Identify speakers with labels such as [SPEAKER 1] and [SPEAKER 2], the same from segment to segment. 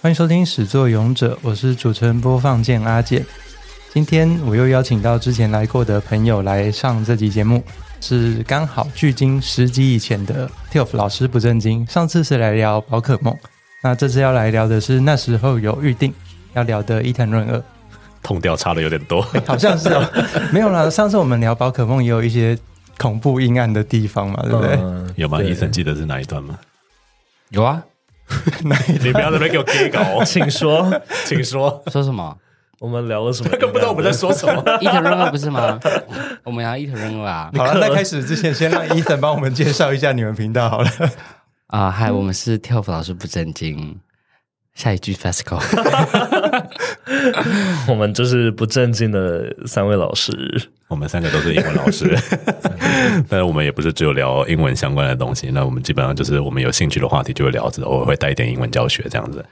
[SPEAKER 1] 欢迎收听《始作俑者》，我是主持人播放键阿健。今天我又邀请到之前来过的朋友来上这集节目，是刚好距今十集以前的 TILF 老师不正经。上次是来聊宝可梦，那这次要来聊的是那时候有预定要聊的伊藤润二。
[SPEAKER 2] 痛调差的有点 多。
[SPEAKER 1] 好像是哦，没有啦。上次我们聊宝可梦也有一些恐怖阴暗的地方嘛，对不对？
[SPEAKER 3] 嗯
[SPEAKER 2] 有吗？
[SPEAKER 3] 对
[SPEAKER 2] 医生记得是哪一段吗？
[SPEAKER 4] 有啊，
[SPEAKER 2] 你不要在那边给我 K 稿 哦，
[SPEAKER 3] 请说，
[SPEAKER 2] 请说。
[SPEAKER 4] 说什么？
[SPEAKER 3] 我们聊了什么？
[SPEAKER 2] 他 根 本不知道我们在说什 么。
[SPEAKER 4] 伊藤润二不是吗？我们要伊藤润二啊！
[SPEAKER 1] 好了，那开始之前，先让伊森帮我们介绍一下你们频道好了。
[SPEAKER 4] 啊，嗨，我们是跳舞老师不正经。下一句 FESCO，
[SPEAKER 3] 我们就是不正经的三位老 师。
[SPEAKER 2] 我们三个都是英文老 师，但是我们也不是只有聊英文相关的东西。那我们基本上就是我们有兴趣的话题就会聊，只是偶尔会带一点英文教学这样子。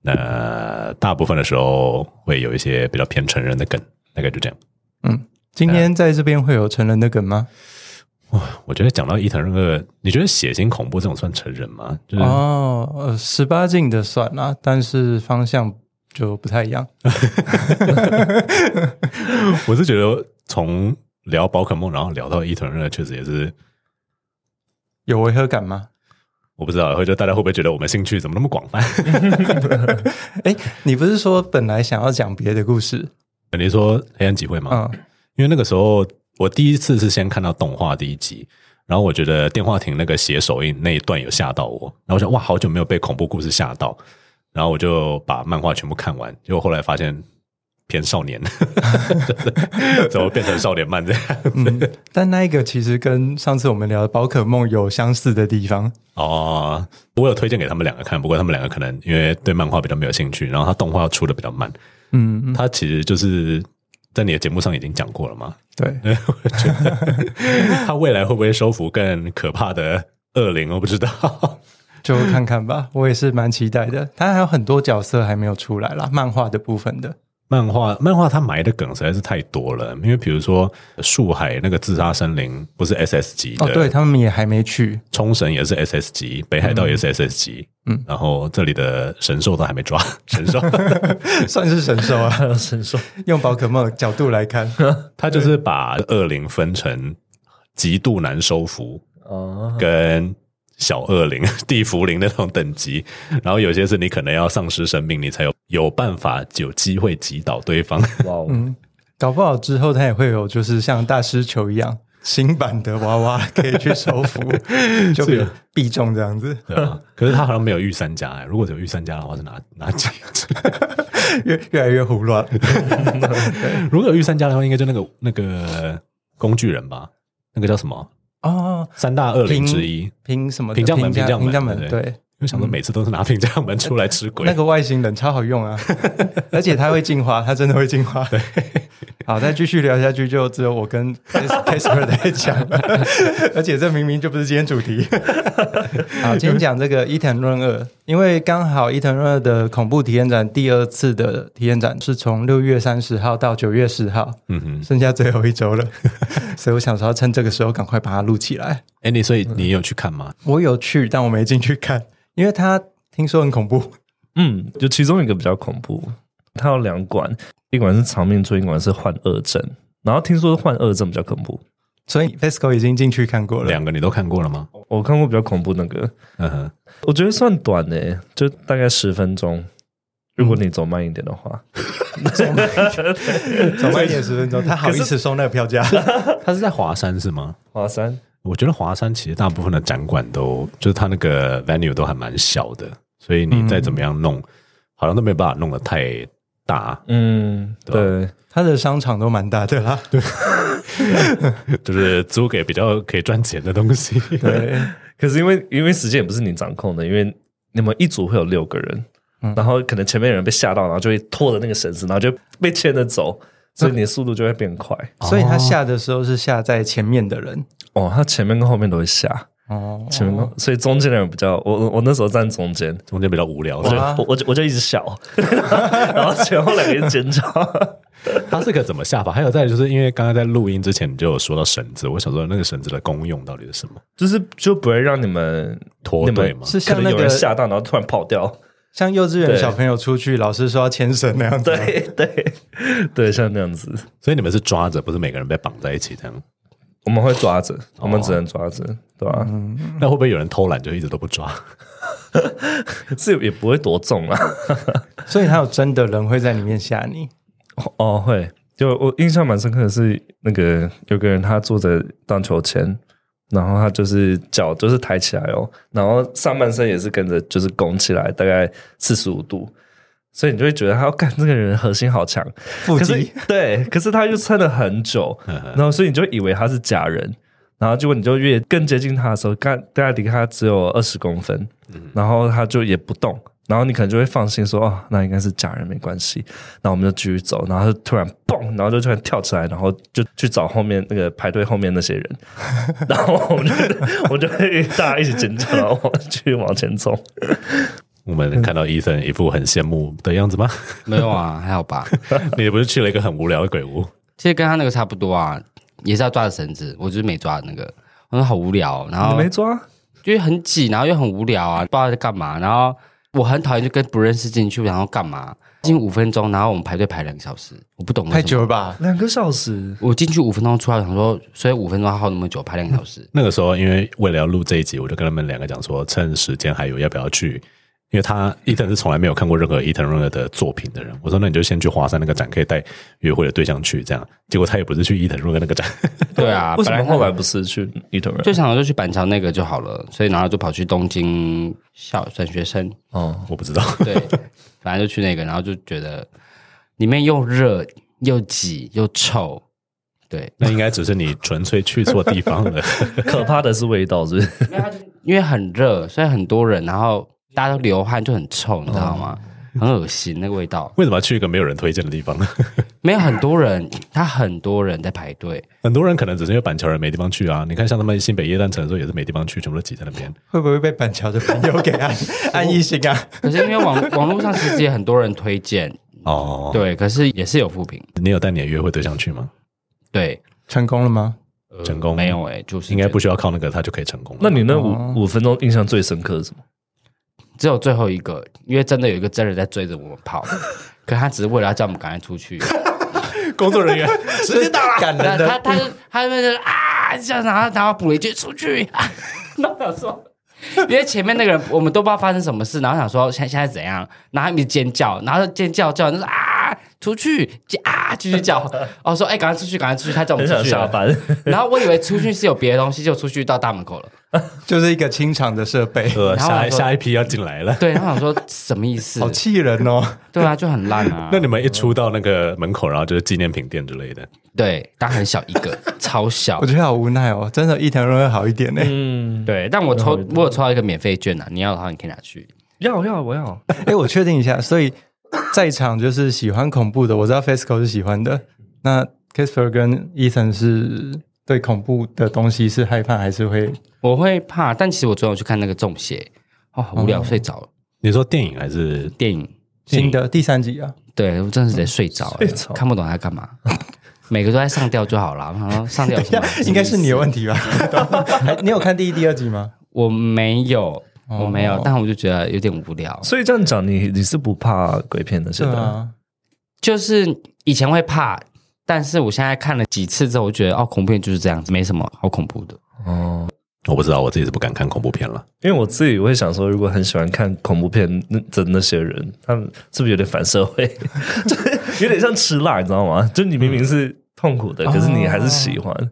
[SPEAKER 2] 那大部分的时候会有一些比较偏成人的梗，大概就这样。
[SPEAKER 1] 今天在这边会有成人的梗吗？
[SPEAKER 2] 我觉得讲到伊藤润二，你觉得血腥恐怖这种算成人吗？就是
[SPEAKER 1] 哦，呃，十八禁的算啦，但是方向就不太一样。
[SPEAKER 2] 我是觉得从聊宝可梦，然后聊到伊藤润二，确实也是
[SPEAKER 1] 有违和感吗？
[SPEAKER 2] 我不知道，会觉得大家会不会觉得我们兴趣怎么那么广泛？
[SPEAKER 1] 哎，你不是说本来想要讲别的故事？
[SPEAKER 2] 你说黑暗集会吗？
[SPEAKER 1] 嗯，
[SPEAKER 2] 因为那个时候我第一次是先看到动画第一集，然后我觉得电话亭那个写手印那一段有吓到我，然后我想哇，好久没有被恐怖故事吓到，然后我就把漫画全部看完，结果后来发现偏少 年，就是怎么变成少年漫这样？
[SPEAKER 1] 但那一个其实跟上次我们聊的宝可梦有相似的地方。
[SPEAKER 2] 哦，我有推荐给他们两个看，不过他们两个可能因为对漫画比较没有兴趣，然后他动画出的比较慢，
[SPEAKER 1] 嗯，嗯
[SPEAKER 2] 他其实就是在你的节目上已经讲过了嘛，
[SPEAKER 1] 对，
[SPEAKER 2] 他未来会不会收服更可怕的恶灵？我不知道。
[SPEAKER 1] 就看看 吧，我也是蛮期待的。他还有很多角色还没有出来啦，漫画的部分的。
[SPEAKER 2] 漫画漫画它埋的梗实在是太多了，因为比如说树海那个自杀森林不是 SS 级的，
[SPEAKER 1] 哦，对，他们也还没去。
[SPEAKER 2] 冲绳也是 SS 级，北海道也是 SS 级，嗯，然后这里的神兽都还没 抓，神兽
[SPEAKER 1] 算是神兽啊。
[SPEAKER 3] 还有神兽，
[SPEAKER 1] 用宝可梦的角度来看，
[SPEAKER 2] 它就是把恶灵分成极度难收服
[SPEAKER 3] 哦，
[SPEAKER 2] 跟小恶灵、 地茯苓那种等级，然后有些是你可能要丧失生命，你才有有办法有机会击倒对方。
[SPEAKER 3] 哇哦，
[SPEAKER 2] 嗯
[SPEAKER 1] 搞不好之后他也会有，就是像大师球一样新版的娃娃可以去收 服，就比必中这样子，
[SPEAKER 2] 对啊，可是他好像没有御三家哎、如果只有御三家 的话，是哪哪几个？
[SPEAKER 1] 越越来越胡乱。
[SPEAKER 2] 如果有御三家的话，应该就那个那个工具人吧，那个叫什么
[SPEAKER 1] 哦，
[SPEAKER 2] 三大恶灵之一。
[SPEAKER 1] 凭什么的？
[SPEAKER 2] 平将门
[SPEAKER 1] 平
[SPEAKER 2] 平将门
[SPEAKER 1] 平将门，
[SPEAKER 2] 对
[SPEAKER 1] 对，
[SPEAKER 2] 因为想说每次都是拿平将门出来吃鬼，
[SPEAKER 1] 那个外星人超好用 啊，而且它会进化，它真的会进化。对， 好，再继续聊下去，就只有我跟 Casper 在讲了，而且这明明就不是今天主 题。好，今天讲这个伊藤润二，因为刚好伊藤润二的恐怖体验展第二次的体验展是从六月三十号到九月十号，
[SPEAKER 2] 嗯哼，
[SPEAKER 1] 剩下最后一周了， 所以我想说要趁这个时候赶快把它录起来。
[SPEAKER 2] 哎、你所以你有去看吗？
[SPEAKER 1] 我有去，但我没进去看，因为它听说很恐怖。
[SPEAKER 3] 嗯，就其中一个比较恐怖，它有两馆，一馆是长命咒，一馆是患恶症。然后听说患恶症比较恐怖，
[SPEAKER 1] 所以 FESCO 已经进去看过了，
[SPEAKER 2] 两个你都看过了吗？
[SPEAKER 3] 我看过比较恐怖那个，
[SPEAKER 2] 嗯哼，
[SPEAKER 3] 我觉得算短诶、就大概十分钟。如果你走慢一点的话，
[SPEAKER 2] 嗯
[SPEAKER 1] 走慢一点十分钟，他好意思收那个票价？
[SPEAKER 2] 他是在华山是吗？
[SPEAKER 3] 华山
[SPEAKER 2] 我觉得华山其实大部分的展馆都就是它那个 venue 都还蛮小的，所以你再怎么样弄，
[SPEAKER 1] 嗯
[SPEAKER 2] 好像都没有办法弄得太大，
[SPEAKER 3] 嗯，对，
[SPEAKER 1] 他的商场都蛮大的啦。
[SPEAKER 2] 就是租给比较可以赚钱的东西。
[SPEAKER 1] 对，
[SPEAKER 3] 可是因为因为时间也不是你掌控的，因为你们一组会有六个人，然后可能前面有人被吓到，然后就会拖着那个绳子，然后就被牵着走，所以你的速度就会变快。
[SPEAKER 1] 所以他下的时候是下在前面的人
[SPEAKER 3] 哦，他前面跟后面都会吓，
[SPEAKER 1] 哦，
[SPEAKER 3] 前面跟、所以中间的人比较，我我我那时候站中间，
[SPEAKER 2] 中间比较无聊，
[SPEAKER 3] 我就
[SPEAKER 2] 所
[SPEAKER 1] 哇
[SPEAKER 3] 我我就我就一直 笑，然后前后两个人尖叫，
[SPEAKER 2] 以它是个怎么下法？还有再来就是因为刚刚在录音之前你就有说到绳子，我想说那个绳子的功用到底是什么？
[SPEAKER 3] 就是就不会让你们
[SPEAKER 2] 脱
[SPEAKER 3] 你
[SPEAKER 2] 队
[SPEAKER 3] 们
[SPEAKER 2] 吗？
[SPEAKER 1] 是
[SPEAKER 3] 可
[SPEAKER 1] 像
[SPEAKER 3] 能
[SPEAKER 1] 那
[SPEAKER 3] 有人
[SPEAKER 1] 个
[SPEAKER 3] 吓到，然后突然跑掉。
[SPEAKER 1] 像幼稚园
[SPEAKER 3] 对
[SPEAKER 1] 小朋友出去，老师说要牵绳那样子。
[SPEAKER 3] 对对对，像那样子，
[SPEAKER 2] 所以你们是抓着，不是每个人被绑在一起这样。
[SPEAKER 3] 嗯我们会抓着，我们只能抓着，对吧、
[SPEAKER 2] 那会不会有人偷懒就一直都不抓？
[SPEAKER 3] 这也不会多重啊。
[SPEAKER 1] 所以他有真的人会在里面吓你。
[SPEAKER 3] 哦，会。就我印象蛮深刻的是，那个有个人他坐着荡秋千，然后他就是脚就是抬起来哦，然后上半身也是跟着就是拱起来，大概四十五度，所以你就会觉得他要哦干这个人核心好强，
[SPEAKER 1] 腹
[SPEAKER 3] 可是
[SPEAKER 1] 肌
[SPEAKER 3] 对，可是他又撑了很久，
[SPEAKER 4] 嗯
[SPEAKER 3] 然后所以你就以为他是假人，然后结果你就越更接近他的时候，大大概离他只有二十公分，
[SPEAKER 4] 嗯
[SPEAKER 3] 然后他就也不动，然后你可能就会放心说哦，那应该是假人没关系，然后我们就继续走，然后他就突然蹦，然后就突然跳起来，然后就去找后面那个排队后面那些人， 然后我们就我就会大家一起尖叫，然后往去往前冲，
[SPEAKER 2] 我们看到伊森一副很羡慕的样子 吗？
[SPEAKER 4] 没有啊，还好吧。
[SPEAKER 2] 你不是去了一个很无聊的鬼屋？。
[SPEAKER 4] 其实跟他那个差不多啊，也是要抓着绳子，我就是没抓那个，我说好无聊哦，然
[SPEAKER 3] 你
[SPEAKER 4] 后
[SPEAKER 3] 没抓。
[SPEAKER 4] 因为很挤，然后又很无聊啊，不知道在干嘛。然后我很讨厌就跟不认识进去，然后干嘛？进五分钟，然后我们排队排两个小时，我不懂为什么
[SPEAKER 1] 太久了吧？
[SPEAKER 3] 两个小时，
[SPEAKER 4] 我进去五分钟出来，我想说，所以五分钟要耗那么久，排两个小时
[SPEAKER 2] 那个时候，因为为了要录这一集，我就跟他们两个讲说，趁时间还有，要不要去？因为他伊藤是从来没有看过任何伊藤润二的作品的人，我说那你就先去华山那个展，可以带约会的对象去，这样。结果他也不是去伊藤润二那个展，
[SPEAKER 4] 对 啊，
[SPEAKER 3] 为什
[SPEAKER 4] 本
[SPEAKER 3] 么
[SPEAKER 4] 来
[SPEAKER 3] 后来不是去伊藤人？
[SPEAKER 4] 就想就去板桥那个就好了，所以然后就跑去东京校转学生，
[SPEAKER 3] 哦，
[SPEAKER 2] 我不知道。
[SPEAKER 4] 对，反正就去那个，然后就觉得里面又热又挤又臭，对，
[SPEAKER 2] 那应该只是你纯粹去错地方了。
[SPEAKER 3] 可怕的是味道，是不 是？
[SPEAKER 4] 因为很热，所以很多人，然后大家都流汗就很臭，你知道吗？
[SPEAKER 2] 嗯
[SPEAKER 4] 很恶心那个味道，
[SPEAKER 2] 为什么要去一个没有人推荐的地方呢？
[SPEAKER 4] 没有很多人，他很多人在排队，
[SPEAKER 2] 很多人可能只是因为板桥人没地方去啊。你看，像他们新北夜诞城的时候也是没地方去，全部都挤在那边。
[SPEAKER 1] 会不会被板桥的朋友给 按按一星啊？
[SPEAKER 4] 可是因为网网络上其实也很多人推荐，
[SPEAKER 2] 哦，
[SPEAKER 4] 对，可是也是有负评，
[SPEAKER 2] 你有带你的约会对象去吗？
[SPEAKER 4] 对，
[SPEAKER 1] 成功了吗？
[SPEAKER 4] 呃
[SPEAKER 2] 成功
[SPEAKER 4] 没有哎、就是
[SPEAKER 2] 应该
[SPEAKER 4] 觉得
[SPEAKER 2] 不需要靠那个，他就可以成功了。
[SPEAKER 3] 那你那五、
[SPEAKER 1] 哦
[SPEAKER 3] 五分钟印象最深刻是什么？
[SPEAKER 4] 只有最后一个，因为真的有一个真人在追着我们跑，可他只是为了要叫我们赶快出去，
[SPEAKER 2] 工作 人员
[SPEAKER 1] 时间到了，感
[SPEAKER 4] 那
[SPEAKER 1] 人
[SPEAKER 4] 他
[SPEAKER 1] 的
[SPEAKER 4] 他就他就是啊这样，然后然后补了一句出去，啊、然后想说。 因为前面那个人，我们都不知道发生什么事，然后想说现现在怎样，然后他一直尖叫，然后尖叫叫，就是啊出去啊继续叫，哦说哎赶快出去赶快出去，他叫我
[SPEAKER 3] 很想
[SPEAKER 4] 们出去
[SPEAKER 3] 下
[SPEAKER 4] 了，
[SPEAKER 3] 班，
[SPEAKER 4] 然后我以为出去是有别的东西，就出去到大门口了，
[SPEAKER 1] 就是一个清场的设备，
[SPEAKER 2] 呃，
[SPEAKER 4] 然后
[SPEAKER 2] 下
[SPEAKER 4] 还
[SPEAKER 2] 一
[SPEAKER 4] 说啊
[SPEAKER 2] 下一批要进来了。
[SPEAKER 4] 对，然后想说什么意思
[SPEAKER 1] 好？气人哦！
[SPEAKER 4] 对啊，就很烂啊。
[SPEAKER 2] 那你们一出到那个门口，然后就是纪念品店之类的，
[SPEAKER 4] 对，但很小一个，超小
[SPEAKER 1] 我。觉得好无奈哦，真的，伊藤润二好一点呢。
[SPEAKER 3] 嗯，
[SPEAKER 4] 对，但我抽我有抽到一个免费券啊，你要的话你可以拿去。
[SPEAKER 3] 要要我要，
[SPEAKER 1] 哎，我确定一下，所以在场就是喜欢恐怖的，我知道 FESCO 是喜欢的。那 Casper 跟 Ethan 是对恐怖的东西是害怕还是会？
[SPEAKER 4] 我会怕，但其实我昨天有去看那个《中邪》，哦，好无聊，睡着了。
[SPEAKER 2] 你说电影还是
[SPEAKER 4] 电影，
[SPEAKER 1] 新的第三集啊，
[SPEAKER 4] 对我真的是得睡着、
[SPEAKER 1] 嗯
[SPEAKER 3] 睡
[SPEAKER 4] 欸，
[SPEAKER 3] 着
[SPEAKER 4] 看不懂他干嘛。 每个都在上吊就好了，我想说上吊有什么意思
[SPEAKER 1] 应该是你的问题吧？还你有看第一、第二集吗？
[SPEAKER 4] 我没有，我没有
[SPEAKER 1] 哦，
[SPEAKER 4] 但我就觉得有点无聊。
[SPEAKER 3] 所以这样讲，你你是不怕鬼片的，
[SPEAKER 1] 对
[SPEAKER 3] 现在、
[SPEAKER 1] 啊，
[SPEAKER 4] 就是以前会怕，但是我现在看了几次之后，我觉得哦，恐怖片就是这样子，没什么好恐怖的。
[SPEAKER 3] 哦。
[SPEAKER 2] 我不知道，我自己是不敢看恐怖片了。
[SPEAKER 3] 因为我自己会想说，如果很喜欢看恐怖片那的那些人，他们是不是有点反社会？ 就是有点像吃辣，你知道吗？就你明明是痛苦
[SPEAKER 1] 嗯
[SPEAKER 3] 的，可是你还是喜欢。
[SPEAKER 1] 哦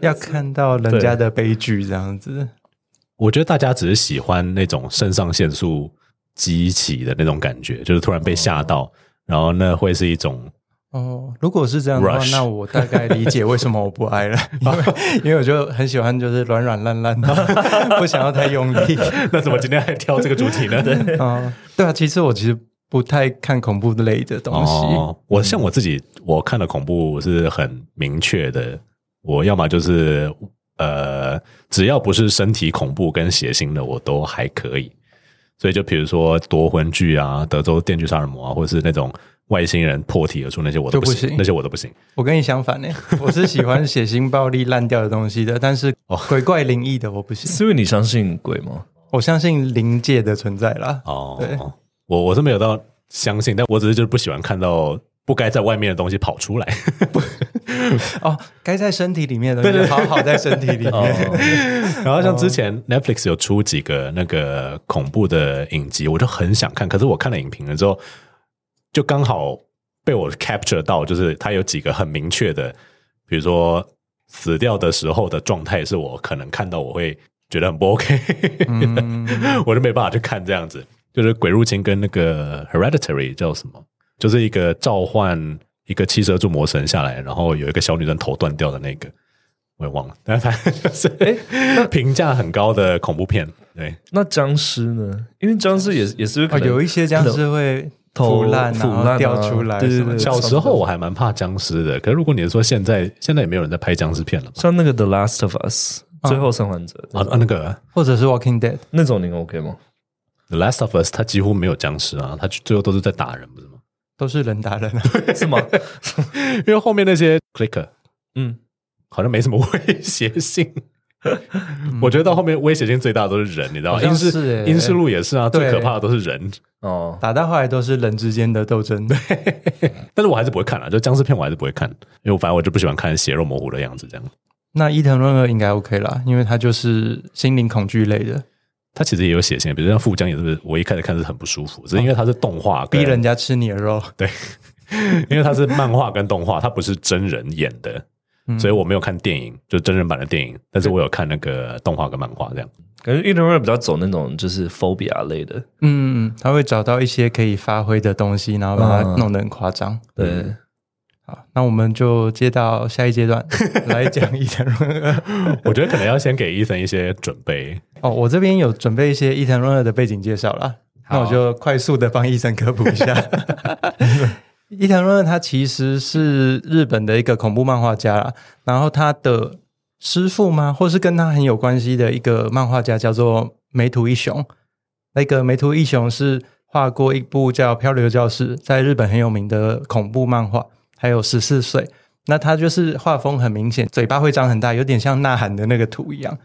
[SPEAKER 1] 要看到人家的悲剧这样子，
[SPEAKER 2] 我觉得大家只是喜欢那种肾上腺素激起的那种感觉，就是突然被吓到，然后那会是一种
[SPEAKER 1] 哦，如果是这样的话
[SPEAKER 2] Rush
[SPEAKER 1] 那我大概理解为什么我不爱了，因为 因为我就很喜欢就是软软烂烂的， 不想要太用力。
[SPEAKER 2] 那怎么今天还挑这个主题 呢？
[SPEAKER 1] 嗯、
[SPEAKER 3] 哦
[SPEAKER 1] 对啊，其实我其实不太看恐怖类的东西，
[SPEAKER 2] 哦，我像我自己，我看的恐怖是很明确的，我要么就是呃，只要不是身体恐怖跟血腥的，我都还可以。所以就比如说夺魂剧啊、德州电锯杀人魔啊，或者是那种外星人破体而出那些，我都
[SPEAKER 1] 就
[SPEAKER 2] 不
[SPEAKER 1] 不
[SPEAKER 2] 行，
[SPEAKER 1] 行
[SPEAKER 2] 那些我都不行。
[SPEAKER 1] 我跟你相反呢、欸我是喜欢血腥、暴力、烂掉的东西的，但是
[SPEAKER 2] 哦
[SPEAKER 1] 鬼怪、灵异的我不行。
[SPEAKER 3] 是因为你相信鬼吗？
[SPEAKER 1] 我相信灵界的存在啦。
[SPEAKER 2] 哦
[SPEAKER 1] 对，
[SPEAKER 2] 我我是没有到相信，但我只是就是不喜欢看到不该在外面的东西跑出来。
[SPEAKER 1] 哦，该在身体里面的，对好好在身体里
[SPEAKER 3] 哦，
[SPEAKER 1] 面。
[SPEAKER 2] 然后像之前 Netflix 有出几个那个恐怖的影集，我就很想看，可是我看了影评了之后，就刚好被我 capture 到，就是它有几个很明确的，比如说死掉的时候的状态，是我可能看到我会觉得很不 OK，、
[SPEAKER 1] 嗯，
[SPEAKER 2] 我就没办法去看这样子。就是《鬼入侵》跟那个《Hereditary》叫什么，就是一个召唤一个汽车柱魔神下来，然后有一个小女生头断掉的那个。我也忘了，但 反正就是评价很高的恐怖片，对，
[SPEAKER 3] 那僵尸呢？因为僵尸也也是可
[SPEAKER 1] 哦，
[SPEAKER 3] 能
[SPEAKER 1] 有一些僵尸会
[SPEAKER 3] 头
[SPEAKER 1] 腐烂、
[SPEAKER 3] 腐
[SPEAKER 1] 然后
[SPEAKER 3] 烂啊
[SPEAKER 1] 掉出来
[SPEAKER 3] 对对
[SPEAKER 1] 什么的。
[SPEAKER 3] 对
[SPEAKER 2] 小时候我还蛮怕僵尸的，可是如果你是说现在，现在也没有人在拍僵尸片了嘛？
[SPEAKER 3] 像那个《The Last of Us》最
[SPEAKER 1] 嗯
[SPEAKER 3] 后生还者
[SPEAKER 2] 啊啊，那个
[SPEAKER 1] 或者是 Walking Dead，
[SPEAKER 3] 那种，你 OK 吗？
[SPEAKER 2] 《The Last of Us》它几乎没有僵尸啊，它最后都是在打人，不是吗？
[SPEAKER 1] 都是人打人啊。
[SPEAKER 3] 是吗？
[SPEAKER 2] 因为后面那些 clicker
[SPEAKER 3] 嗯，
[SPEAKER 2] 好像没什么威胁性。我觉得到后面威胁性最大的都是人，你知道
[SPEAKER 1] 嗯
[SPEAKER 2] 吗？
[SPEAKER 1] 好像
[SPEAKER 2] 英
[SPEAKER 1] 是
[SPEAKER 2] 式
[SPEAKER 1] 欸
[SPEAKER 2] 英式路也是啊，最
[SPEAKER 1] 对
[SPEAKER 2] 可怕的都是人。
[SPEAKER 3] 哦，
[SPEAKER 1] 打到后来都是人之间的斗争。
[SPEAKER 2] 但是我还是不会看啊，就僵尸片我还是不会看，因为我反正我就不喜欢看血肉模糊的样子这样。
[SPEAKER 1] 那伊藤润二应该 OK 啦，因为他就是心灵恐惧类的，
[SPEAKER 2] 它其实也有血腥，比如像富江也是，我一开始看是很不舒服，只是因为它是动画跟，
[SPEAKER 1] 逼人家吃你的肉。
[SPEAKER 2] 因为它是漫画跟动画，它不是真人演的，
[SPEAKER 1] 嗯
[SPEAKER 2] 所以我没有看电影，就真人版的电影，但是我有看那个动画跟漫画这样。
[SPEAKER 3] 感觉 i n t e r 比较走那种就是 phobia 类的，
[SPEAKER 1] 嗯，嗯他会找到一些可以发挥的东西，然后把它弄得很夸张。
[SPEAKER 3] 对，
[SPEAKER 1] 好，那我们就接到下一阶段来讲伊藤润二。
[SPEAKER 2] 我觉得可能要先给伊森一些准备，
[SPEAKER 1] 哦，我这边有准备一些伊藤润二的背景介绍啦，那我
[SPEAKER 4] 好
[SPEAKER 1] 就快速的帮伊森科普一下。 伊藤润二他其实是日本的一个恐怖漫画家啦，然后他的师傅吗，或是跟他很有关系的一个漫画家叫做梅图一雄。那个梅图一雄是画过一部叫《漂流教室》，在日本很有名的恐怖漫画，还有《十四岁》。那他就是画风很明显，嘴巴会张很大，有点像呐喊的那个图一样。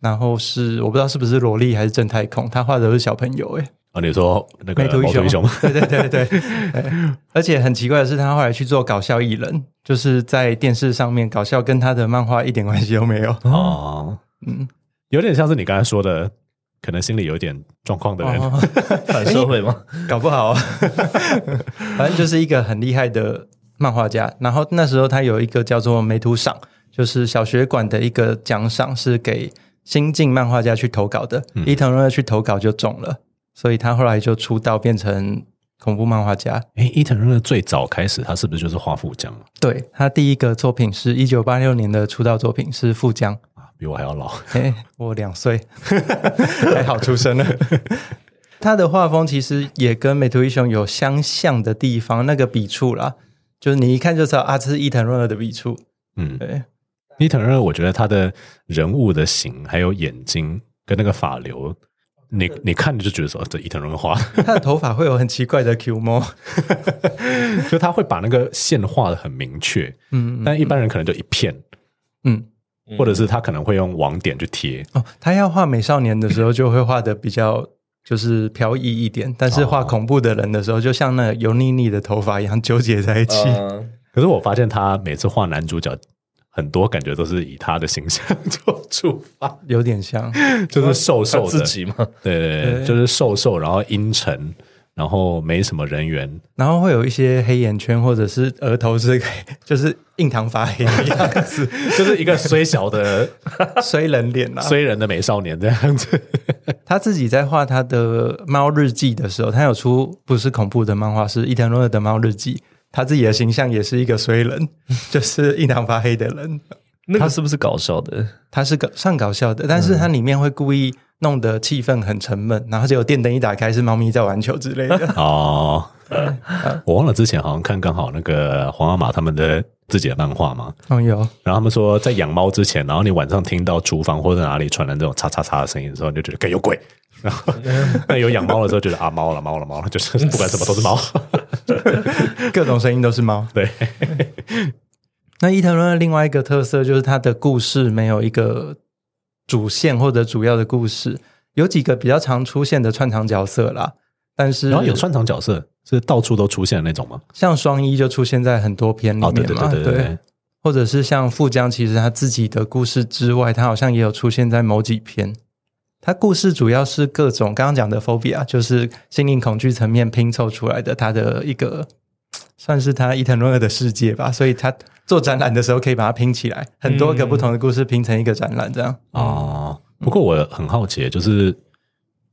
[SPEAKER 1] 然后是我不知道是不是萝莉还是正太控，他画的都是小朋友诶、欸
[SPEAKER 2] 啊，你说那个
[SPEAKER 1] 美图一
[SPEAKER 2] 毛
[SPEAKER 1] 雄
[SPEAKER 2] 腿熊
[SPEAKER 1] 对对对对对，而且很奇怪的是，他后来去做搞笑艺人，就是在电视上面搞笑，跟他的漫画一点关系都没有。
[SPEAKER 2] 哦，
[SPEAKER 1] 嗯，
[SPEAKER 2] 有点像是你刚才说的，可能心里有点状况的人，
[SPEAKER 1] 哦
[SPEAKER 3] 反社会 嘛，
[SPEAKER 1] 搞不好、 反正就是一个很厉害的漫画家。然后那时候他有一个叫做梅图赏，就是小学馆的一个奖赏，是给新晋漫画家去投稿的。伊藤润二去投稿就中了，所以他后来就出道变成恐怖漫画家。
[SPEAKER 2] 哎，伊藤润二最早开始，他是不是就是画富江啊
[SPEAKER 1] 对他第一个作品是一九八六年的出道作品是《富江》，
[SPEAKER 2] 啊？比我还要老，
[SPEAKER 1] 哎， 我两岁，还好出生了。他的画风其实也跟美图一雄有相像的地方，那个笔触啦，就是你一看就知道啊，这是伊藤润二的笔触。
[SPEAKER 2] 嗯，
[SPEAKER 1] 对，
[SPEAKER 2] 伊藤润二，我觉得他的人物的形，还有眼睛跟那个发流，你你看着就觉得说，哦这伊藤润二画，
[SPEAKER 1] 他的头发会有很奇怪的 Q 毛，
[SPEAKER 2] 就他会把那个线画的很明确，
[SPEAKER 1] 嗯
[SPEAKER 2] 但一般人可能就一片，
[SPEAKER 1] 嗯，
[SPEAKER 2] 或者是他可能会用网点去贴，
[SPEAKER 1] 哦，他要画美少年的时候就会画的比较就是飘逸一点，但是画恐怖的人的时候，就像那个油腻腻的头发一样纠结在一起。
[SPEAKER 3] 嗯
[SPEAKER 2] 可是我发现他每次画男主角，很多感觉都是以他的形象做出发，
[SPEAKER 1] 有点像，
[SPEAKER 2] 就是瘦
[SPEAKER 3] 他
[SPEAKER 2] 瘦
[SPEAKER 3] 自
[SPEAKER 2] 的，
[SPEAKER 3] 己嘛，
[SPEAKER 2] 对对对，
[SPEAKER 1] 对
[SPEAKER 2] 就是瘦瘦，然后阴沉，然后没什么人缘，
[SPEAKER 1] 然后会有一些黑眼圈，或者是额头是 就是印堂发黑一样，
[SPEAKER 2] 就是一个虽小的
[SPEAKER 1] 衰人脸啦、
[SPEAKER 2] 虽人的美少年这样子。。
[SPEAKER 1] 他自己在画他的《猫日记》的时候，他有出不是恐怖的漫画，是伊藤润二的《猫日记》。他自己的形象也是一个衰 人，就是印堂发黑的人。
[SPEAKER 3] 那个是不是搞笑的？
[SPEAKER 1] 他是个算搞笑的，但是他里面会故意弄得气氛很沉闷，然后结果电灯一打开是猫咪在玩球之类的
[SPEAKER 2] 哦，我忘了之前好像看刚好那个皇阿玛他们的自己的漫画嘛，
[SPEAKER 1] 哦有，
[SPEAKER 2] 然后他们说在养猫之前，然后你晚上听到厨房或者哪里传来这种嚓嚓嚓的声音的时候，你就觉得该有鬼。 然后那有养猫的时候，觉得啊猫了猫了猫了，就是不管什么都是猫。
[SPEAKER 1] 各种声音都是猫。
[SPEAKER 2] 对，
[SPEAKER 1] 那伊藤润二另外一个特色就是他的故事没有一个主线或者主要的故事，有几个比较常出现的串场角色啦，但是
[SPEAKER 2] 然后有穿堂角色是到处都出现的那种吗？
[SPEAKER 1] 像双一就出现在很多篇里面
[SPEAKER 2] 哦，
[SPEAKER 1] 嘛，
[SPEAKER 2] 对对对对对，
[SPEAKER 1] 或者是像富江，其实他自己的故事之外，他好像也有出现在某几篇。他故事主要是各种刚刚讲的 phobia，就是心灵恐惧层面拼凑出来的，他的一个算是他伊藤润二的世界吧。所以他做展览的时候可以把它拼起来，很多个不同的故事拼成一个展览，这样。
[SPEAKER 2] 哦，不过我很好奇，就是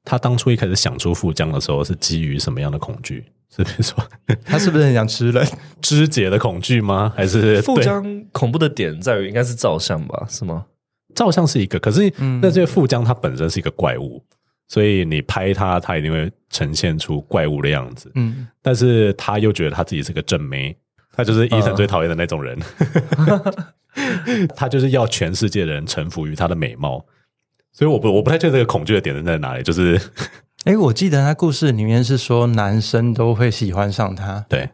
[SPEAKER 2] 他当初一开始想出富江的时候，是基于什么样的恐惧？是比如说
[SPEAKER 1] 他是不是很想吃人？
[SPEAKER 2] 肢解的恐惧吗？还是
[SPEAKER 3] 富
[SPEAKER 2] 对
[SPEAKER 3] 江恐怖的点在于应该是照相吧？是吗？
[SPEAKER 2] 照相是一个？可是
[SPEAKER 1] 嗯
[SPEAKER 2] 那这个富江它本身是一个怪物，所以你拍它，它一定会呈现出怪物的样子。
[SPEAKER 1] 嗯，
[SPEAKER 2] 但是他又觉得他自己是个正妹，他就是伊
[SPEAKER 3] 嗯
[SPEAKER 2] 藤最讨厌的那种人，
[SPEAKER 1] 嗯
[SPEAKER 2] 他就是要全世界的人臣服于他的美貌。所以我不我不太确定这个恐惧的点是在哪里，就是
[SPEAKER 1] 诶，我记得他故事里面是说男生都会喜欢上他，
[SPEAKER 2] 对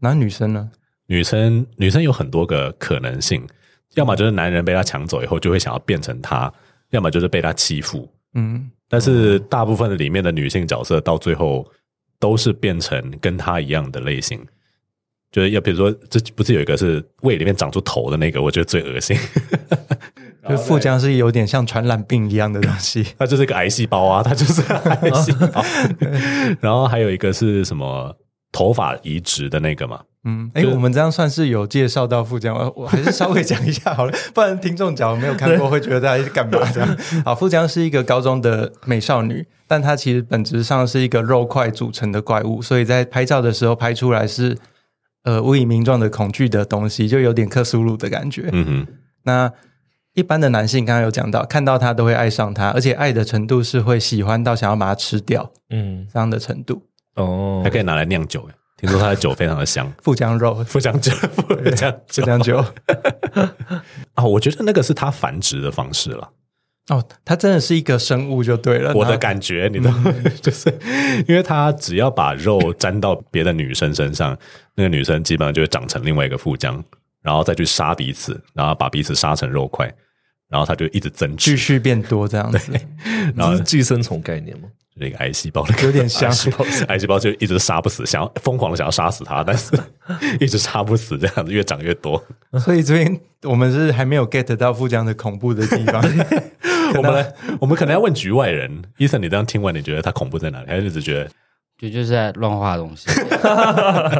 [SPEAKER 1] 那女生呢？
[SPEAKER 2] 女生女生有很多个可能性，要么就是男人被她抢走以后就会想要变成她，要么就是被她欺负。
[SPEAKER 1] 嗯，
[SPEAKER 2] 但是大部分的里面的女性角色到最后都是变成跟她一样的类型，就是要比如说这不是有一个是胃里面长出头的那个，我觉得最恶心。
[SPEAKER 1] 就富江是有点像传染病一样的东西。
[SPEAKER 2] 它就是一个癌细胞啊，它就是癌细 胞。然后还有一个是什么头发移植的那个嘛？
[SPEAKER 1] 嗯，哎，
[SPEAKER 2] 就是
[SPEAKER 1] 我们这样算是有介绍到富江，我我还是稍微讲一下好了，不然听众讲我没有看过，会觉得他在干嘛这 样。好，富江是一个高中的美少女，但她其实本质上是一个肉块组成的怪物，所以在拍照的时候拍出来是呃无以名状的恐惧的东西，就有点克苏鲁的感觉。
[SPEAKER 2] 嗯哼，
[SPEAKER 1] 那一般的男性刚刚有讲到，看到他都会爱上他，而且爱的程度是会喜欢到想要把它吃掉
[SPEAKER 3] 嗯，
[SPEAKER 1] 这样的程度。
[SPEAKER 3] 哦
[SPEAKER 2] 还，可以拿来酿酒耶。听说它的酒非常的香，
[SPEAKER 1] 富江肉，
[SPEAKER 2] 不讲酒，不讲
[SPEAKER 1] 富
[SPEAKER 2] 酒
[SPEAKER 1] 江 酒。
[SPEAKER 2] 啊！我觉得那个是它繁殖的方式了。
[SPEAKER 1] 哦，它真的是一个生物就对了。
[SPEAKER 2] 我的
[SPEAKER 1] 然后
[SPEAKER 2] 感觉，你知道吗， 就是因为它只要把肉沾到别的女生身上，那个女生基本上就会长成另外一个腹浆，然后再去杀彼此，然后把彼此杀成肉块，然后它就一直增
[SPEAKER 1] 继
[SPEAKER 2] 殖，
[SPEAKER 1] 续变多这样子，
[SPEAKER 3] 这是寄生虫概念吗？
[SPEAKER 2] 那个癌细胞的
[SPEAKER 1] 有点像
[SPEAKER 2] 癌。细胞，癌细胞就一直杀不死，想要疯狂的想要杀死它，但是一直杀不死，这样子越长越多。
[SPEAKER 1] 所以这边我们是还没有 get 到富江的恐怖的地方。
[SPEAKER 2] 我们来，我们可能要问局外人，伊森，你这样听完，你觉得它恐怖在哪里？还是只觉得？
[SPEAKER 4] 就就是在乱画东西。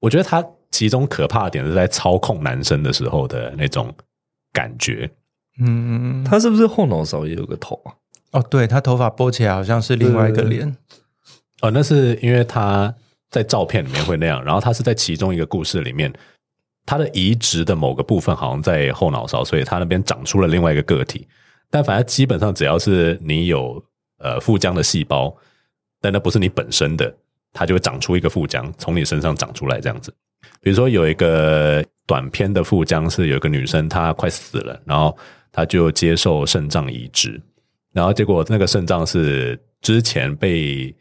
[SPEAKER 2] 我觉得它其中可怕的点是在操控男生的时候的那种感觉。
[SPEAKER 1] 嗯，
[SPEAKER 3] 他是不是后脑勺也有个头啊？
[SPEAKER 1] 哦，对他头发拨起来好像是另外一个脸，
[SPEAKER 2] 哦，那是因为他在照片里面会那样，然后他是在其中一个故事里面，他的移植的某个部分好像在后脑勺，所以他那边长出了另外一个个体。但反正基本上只要是你有呃腹浆的细胞，但那不是你本身的，它就会长出一个腹浆，从你身上长出来这样子。比如说有一个短片的腹浆是有一个女生她快死了，然后她就接受肾脏移植，然后结果那个肾脏是之前被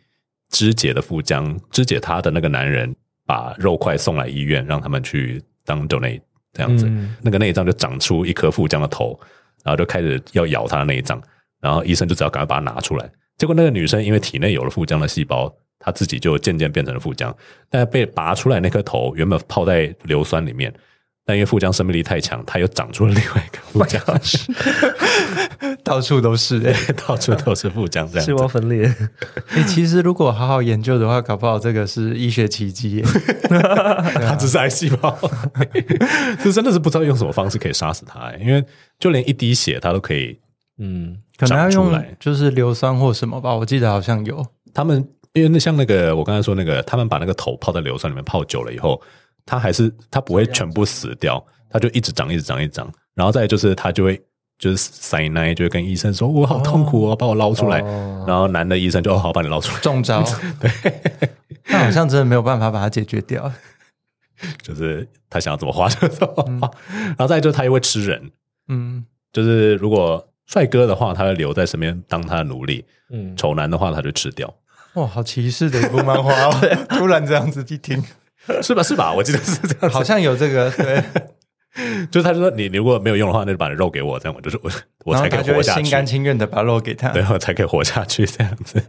[SPEAKER 2] 肢解的富江肢解他的那个男人把肉块送来医院，让他们去当 donate 这样子，
[SPEAKER 3] 嗯
[SPEAKER 2] 那个内脏就长出一颗富江的头，然后就开始要咬他的内脏，然后医生就只要赶快把它拿出来。结果那个女生因为体内有了富江的细胞，她自己就渐渐变成了富江，但被拔出来那颗头原本泡在硫酸里面。但因为富江生命力太强，它又长出了另外一个富 江，
[SPEAKER 1] 到处都是、欸。
[SPEAKER 2] 到处都是富江这样
[SPEAKER 3] 细
[SPEAKER 2] 子。
[SPEAKER 3] 胞分裂，
[SPEAKER 1] 哎、其实如果好好研究的话，搞不好这个是医学奇迹、 欸。
[SPEAKER 2] 它只是癌细胞， 这真的是不知道用什么方式可以杀死它、欸因为就连一滴血它都可以。
[SPEAKER 3] 嗯，
[SPEAKER 1] 可能要
[SPEAKER 2] 长出
[SPEAKER 1] 用
[SPEAKER 2] 来
[SPEAKER 1] 就是硫酸或什么吧，我记得好像有。
[SPEAKER 2] 他们因为那像那个我刚才说那个，他们把那个头泡在硫酸里面泡久了以后，它还是它不会全部死掉，它就一直长，一直长，一直长。然后再来就是它就会就是塞奶，就会跟医生说：“我好痛苦哦，把我捞出来。然后男的医生就：“哦，好，把你捞出来。
[SPEAKER 1] 中招，对，那好像真的没有办法把它解决掉。”
[SPEAKER 2] 就是他想要怎么花 就怎么花。然后再来就是他又会吃人，
[SPEAKER 1] 嗯，
[SPEAKER 2] 就是如果帅哥的话，他会留在身边当他的奴隶；
[SPEAKER 3] 嗯
[SPEAKER 2] 丑男的话，他就吃 掉。
[SPEAKER 1] 哇，好歧视的一部漫画哦！突然这样子一 听，
[SPEAKER 2] 是吧？是吧？我记得是这样子
[SPEAKER 1] 好。像有这个对，
[SPEAKER 2] 就是他就说你你如果没有用的话，那就把你肉给我，这样我就是我我
[SPEAKER 1] 然后
[SPEAKER 2] 才可
[SPEAKER 1] 他
[SPEAKER 2] 以
[SPEAKER 1] 就
[SPEAKER 2] 活
[SPEAKER 1] 会
[SPEAKER 2] 下
[SPEAKER 1] 心
[SPEAKER 2] 去。
[SPEAKER 1] 甘情愿的把肉给他。
[SPEAKER 2] 对，我才可以活下去这样子。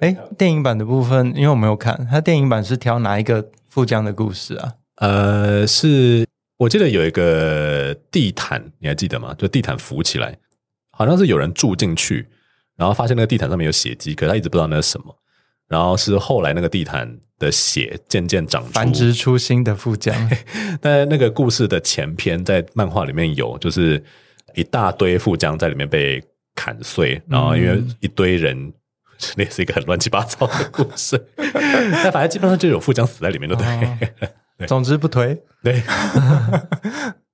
[SPEAKER 1] 哎，电影版的部分，因为我没有看，它电影版是挑哪一个富江的故事啊？
[SPEAKER 2] 呃，是我记得有一个地毯，你还记得吗？就地毯浮起来，好像是有人住进去，然后发现那个地毯上面有血迹，可是他一直不知道那是什么。然后是后来那个地毯的血渐渐长出，
[SPEAKER 1] 繁殖出新的富江，
[SPEAKER 2] 但那个故事的前篇在漫画里面有，就是一大堆富江在里面被砍碎，然后因为一堆人， 那也是一个很乱七八糟的故事。 但反正基本上就有富江死在里面，对不 对？
[SPEAKER 1] 总之不推。
[SPEAKER 2] 对，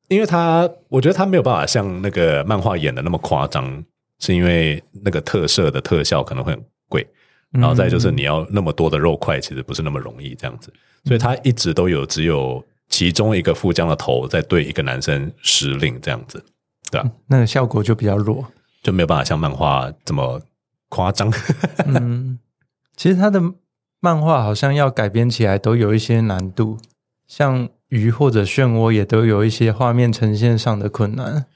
[SPEAKER 2] 因为他我觉得他没有办法像那个漫画演的那么夸张，是因为那个特摄的特效可能会很贵，然后再就是你要那么多的肉块，其实不是那么容易这样子，所以他一直都有只有其中一个富江的头在对一个男生施令这样子，对吧、
[SPEAKER 1] 那个效果就比较弱。
[SPEAKER 2] 就没有办法像漫画这么夸张。
[SPEAKER 1] 嗯，其实他的漫画好像要改编起来都有一些难度，像鱼或者漩涡也都有一些画面呈现上的困难。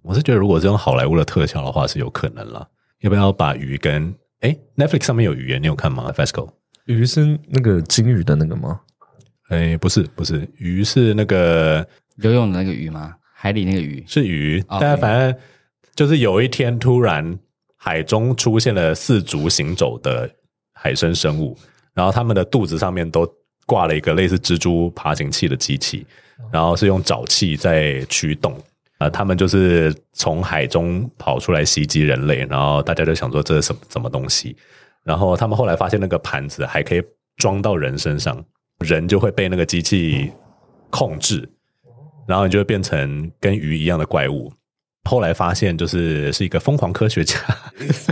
[SPEAKER 2] 我是觉得如果是用好莱坞的特效的话是有可能啦，要不要把鱼跟哎 Netflix 上面有鱼耶，你有看吗？Fasco？
[SPEAKER 3] 鱼是那个金鱼的那个吗？
[SPEAKER 2] 哎，不是不是，鱼是那个
[SPEAKER 4] 游泳的那个鱼吗？海里那个鱼？
[SPEAKER 2] 是鱼，
[SPEAKER 4] OK
[SPEAKER 2] 但反正就是有一天突然海中出现了四足行走的海生生物，然后它们的肚子上面都挂了一个类似蜘蛛爬行器的机器，然后是用沼气在驱动。啊、它们就是从海中跑出来袭击人类，然后大家就想说这是什么什么东西，然后他们后来发现那个盘子还可以装到人身上，人就会被那个机器控制，然后你就会变成跟鱼一样的怪物。后来发现，就是是一个疯狂科学家，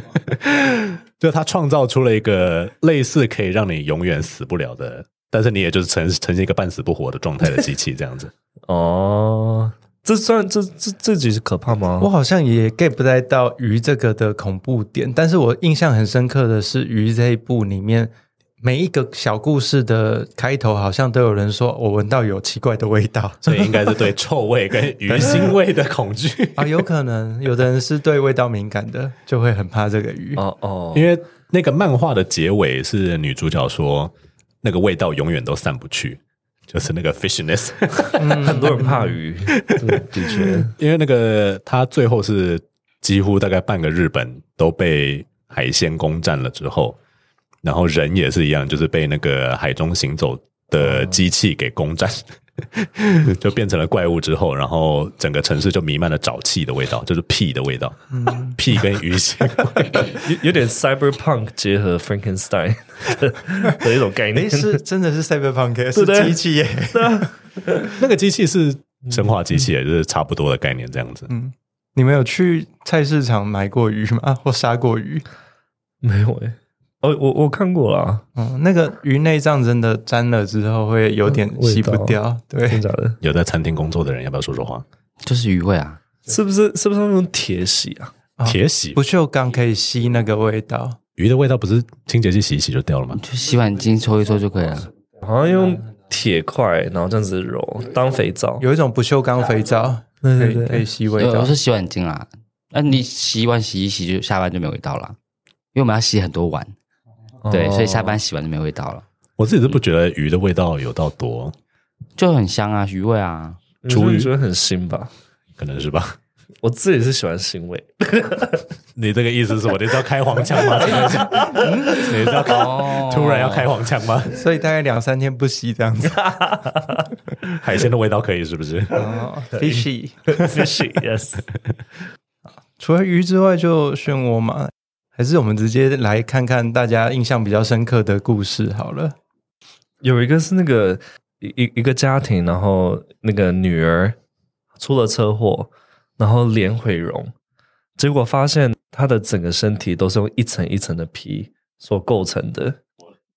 [SPEAKER 2] 就他创造出了一个类似可以让你永远死不了的，但是你也就是呈呈现一个半死不活的状态的机器这样子。
[SPEAKER 3] 哦，这算这这这集是可怕吗？
[SPEAKER 1] 我好像也 get 不太到鱼这个的恐怖点，但是我印象很深刻的是鱼这一部里面。每一个小故事的开头，好像都有人说我闻到有奇怪的味道
[SPEAKER 2] 所以应该是对臭味跟鱼腥味的 恐惧。
[SPEAKER 1] 啊，有可能有的人是对味道敏感的，就会很怕这个鱼。
[SPEAKER 3] 哦哦，
[SPEAKER 2] 因为那个漫画的结尾是女主角说，那个味道永远都散不去，就是那个 fishness。
[SPEAKER 3] 很多人怕 鱼，对的确，
[SPEAKER 2] 因为那个他最后是几乎大概半个日本都被海鲜攻占了之后，然后人也是一样，就是被那个海中行走的机器给攻占， 就变成了怪物之后，然后整个城市就弥漫了沼气的味道，就是屁的味道，屁跟鱼腥。
[SPEAKER 3] 有有点 cyberpunk 结合 Frankenstein 的 的一种概
[SPEAKER 1] 诶，
[SPEAKER 3] 念。
[SPEAKER 1] 是真的是 cyberpunk，是欸
[SPEAKER 3] 对对
[SPEAKER 1] 机器耶。
[SPEAKER 2] 那个机器是生化机器，也就是差不多的概念这样子。
[SPEAKER 1] 你们有去菜市场买过鱼吗？或杀过 鱼？
[SPEAKER 3] 没有哎、哦，我我看过啊啦，
[SPEAKER 1] 嗯，那个鱼内脏真的沾了之后会有点洗不掉。
[SPEAKER 3] 真
[SPEAKER 1] 对，
[SPEAKER 3] 的假的？
[SPEAKER 2] 有在餐厅工作的人，要不要说说话？
[SPEAKER 4] 就是鱼味啊，
[SPEAKER 3] 是不是是不是那种铁洗啊？
[SPEAKER 2] 铁洗
[SPEAKER 1] 不锈钢可以吸那个味道。
[SPEAKER 2] 鱼的味道不是清洁剂洗一洗就掉了吗？
[SPEAKER 4] 就洗碗巾搓一搓就可以了。
[SPEAKER 3] 好像用铁块，然后这样子揉当肥皂。
[SPEAKER 1] 有一种不锈钢肥皂，
[SPEAKER 3] 对
[SPEAKER 1] 可
[SPEAKER 3] 哦对
[SPEAKER 1] 以
[SPEAKER 3] 对
[SPEAKER 1] 可以吸味
[SPEAKER 4] 对，
[SPEAKER 2] 呃
[SPEAKER 1] 道
[SPEAKER 4] 呃 我。说洗碗巾啦，那你洗碗洗一洗就下班就没味道了，因为我们要洗很多碗，对，
[SPEAKER 3] 哦
[SPEAKER 4] 所以下班洗完就没味道了，
[SPEAKER 2] 我自己是不觉得鱼的味道有到多，
[SPEAKER 4] 就很香啊，鱼味啊。
[SPEAKER 3] 厨余觉得很腥吧？
[SPEAKER 2] 可能是吧？
[SPEAKER 3] 我自己是喜欢腥味，
[SPEAKER 2] 你这个意思是我这是要开黄腔 吗？你是要开
[SPEAKER 4] 哦
[SPEAKER 2] 突然要开黄腔吗？
[SPEAKER 1] 所以大概两三天不洗这样子。
[SPEAKER 2] 海鲜的味道可以是不是？
[SPEAKER 1] 哦，fishy。
[SPEAKER 3] fishy yes。
[SPEAKER 1] 除了鱼之外，就漩涡嘛。还是我们直接来看看大家印象比较深刻的故事好了。
[SPEAKER 3] 有一个是那个一一一个家庭，然后那个女儿出了车祸，然后脸毁容，结果发现她的整个身体都是用一层一层的皮所构成的。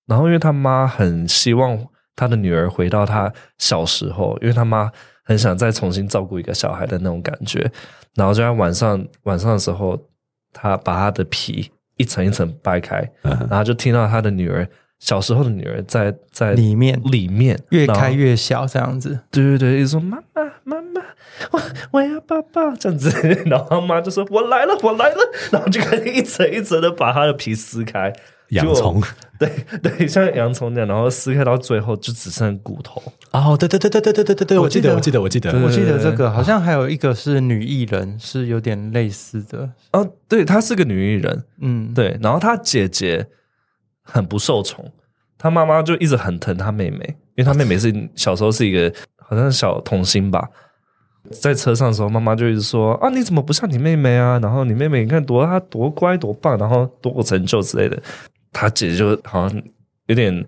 [SPEAKER 3] 然后因为她妈很希望她的女儿回到她小时候，因为她妈很想再重新照顾一个小孩的那种感觉，然后就在晚上晚上的时
[SPEAKER 1] 嗯
[SPEAKER 3] 候，她把她的皮一层一层掰开，然后就听到她的女儿小时候的女儿在在
[SPEAKER 1] 里面
[SPEAKER 3] 里面
[SPEAKER 1] 越
[SPEAKER 3] 然后
[SPEAKER 1] 开越小这样子，
[SPEAKER 3] 对对对，一直说妈妈妈妈，我我要抱抱这样子， 然后他妈就说我来了我来了，然后就开始一层一层的把他的皮撕开，
[SPEAKER 2] 洋
[SPEAKER 3] 就
[SPEAKER 2] 葱，
[SPEAKER 3] 对对，像洋葱那样，然后撕开到最后就只剩骨头，
[SPEAKER 2] 哦，对对对对对对对对对，
[SPEAKER 1] 我
[SPEAKER 2] 我记
[SPEAKER 1] 记
[SPEAKER 2] 得
[SPEAKER 1] 得
[SPEAKER 2] 我记得我记得，
[SPEAKER 1] 我记得
[SPEAKER 3] 对对
[SPEAKER 1] 这个好像还有一个是女艺人，是有点类似的，
[SPEAKER 3] 哦，对，她是个女艺人，
[SPEAKER 1] 嗯，
[SPEAKER 3] 对，然后她姐姐很不受宠，她妈妈就一直很疼她妹妹，因为她妹妹是小时候是一个好像是小童星吧。在车上的时候，妈妈就一直说：“啊，你怎么不像你妹妹啊？然后你妹妹你看多她多乖多棒，然后多有成就之类的。”她姐姐就好像有点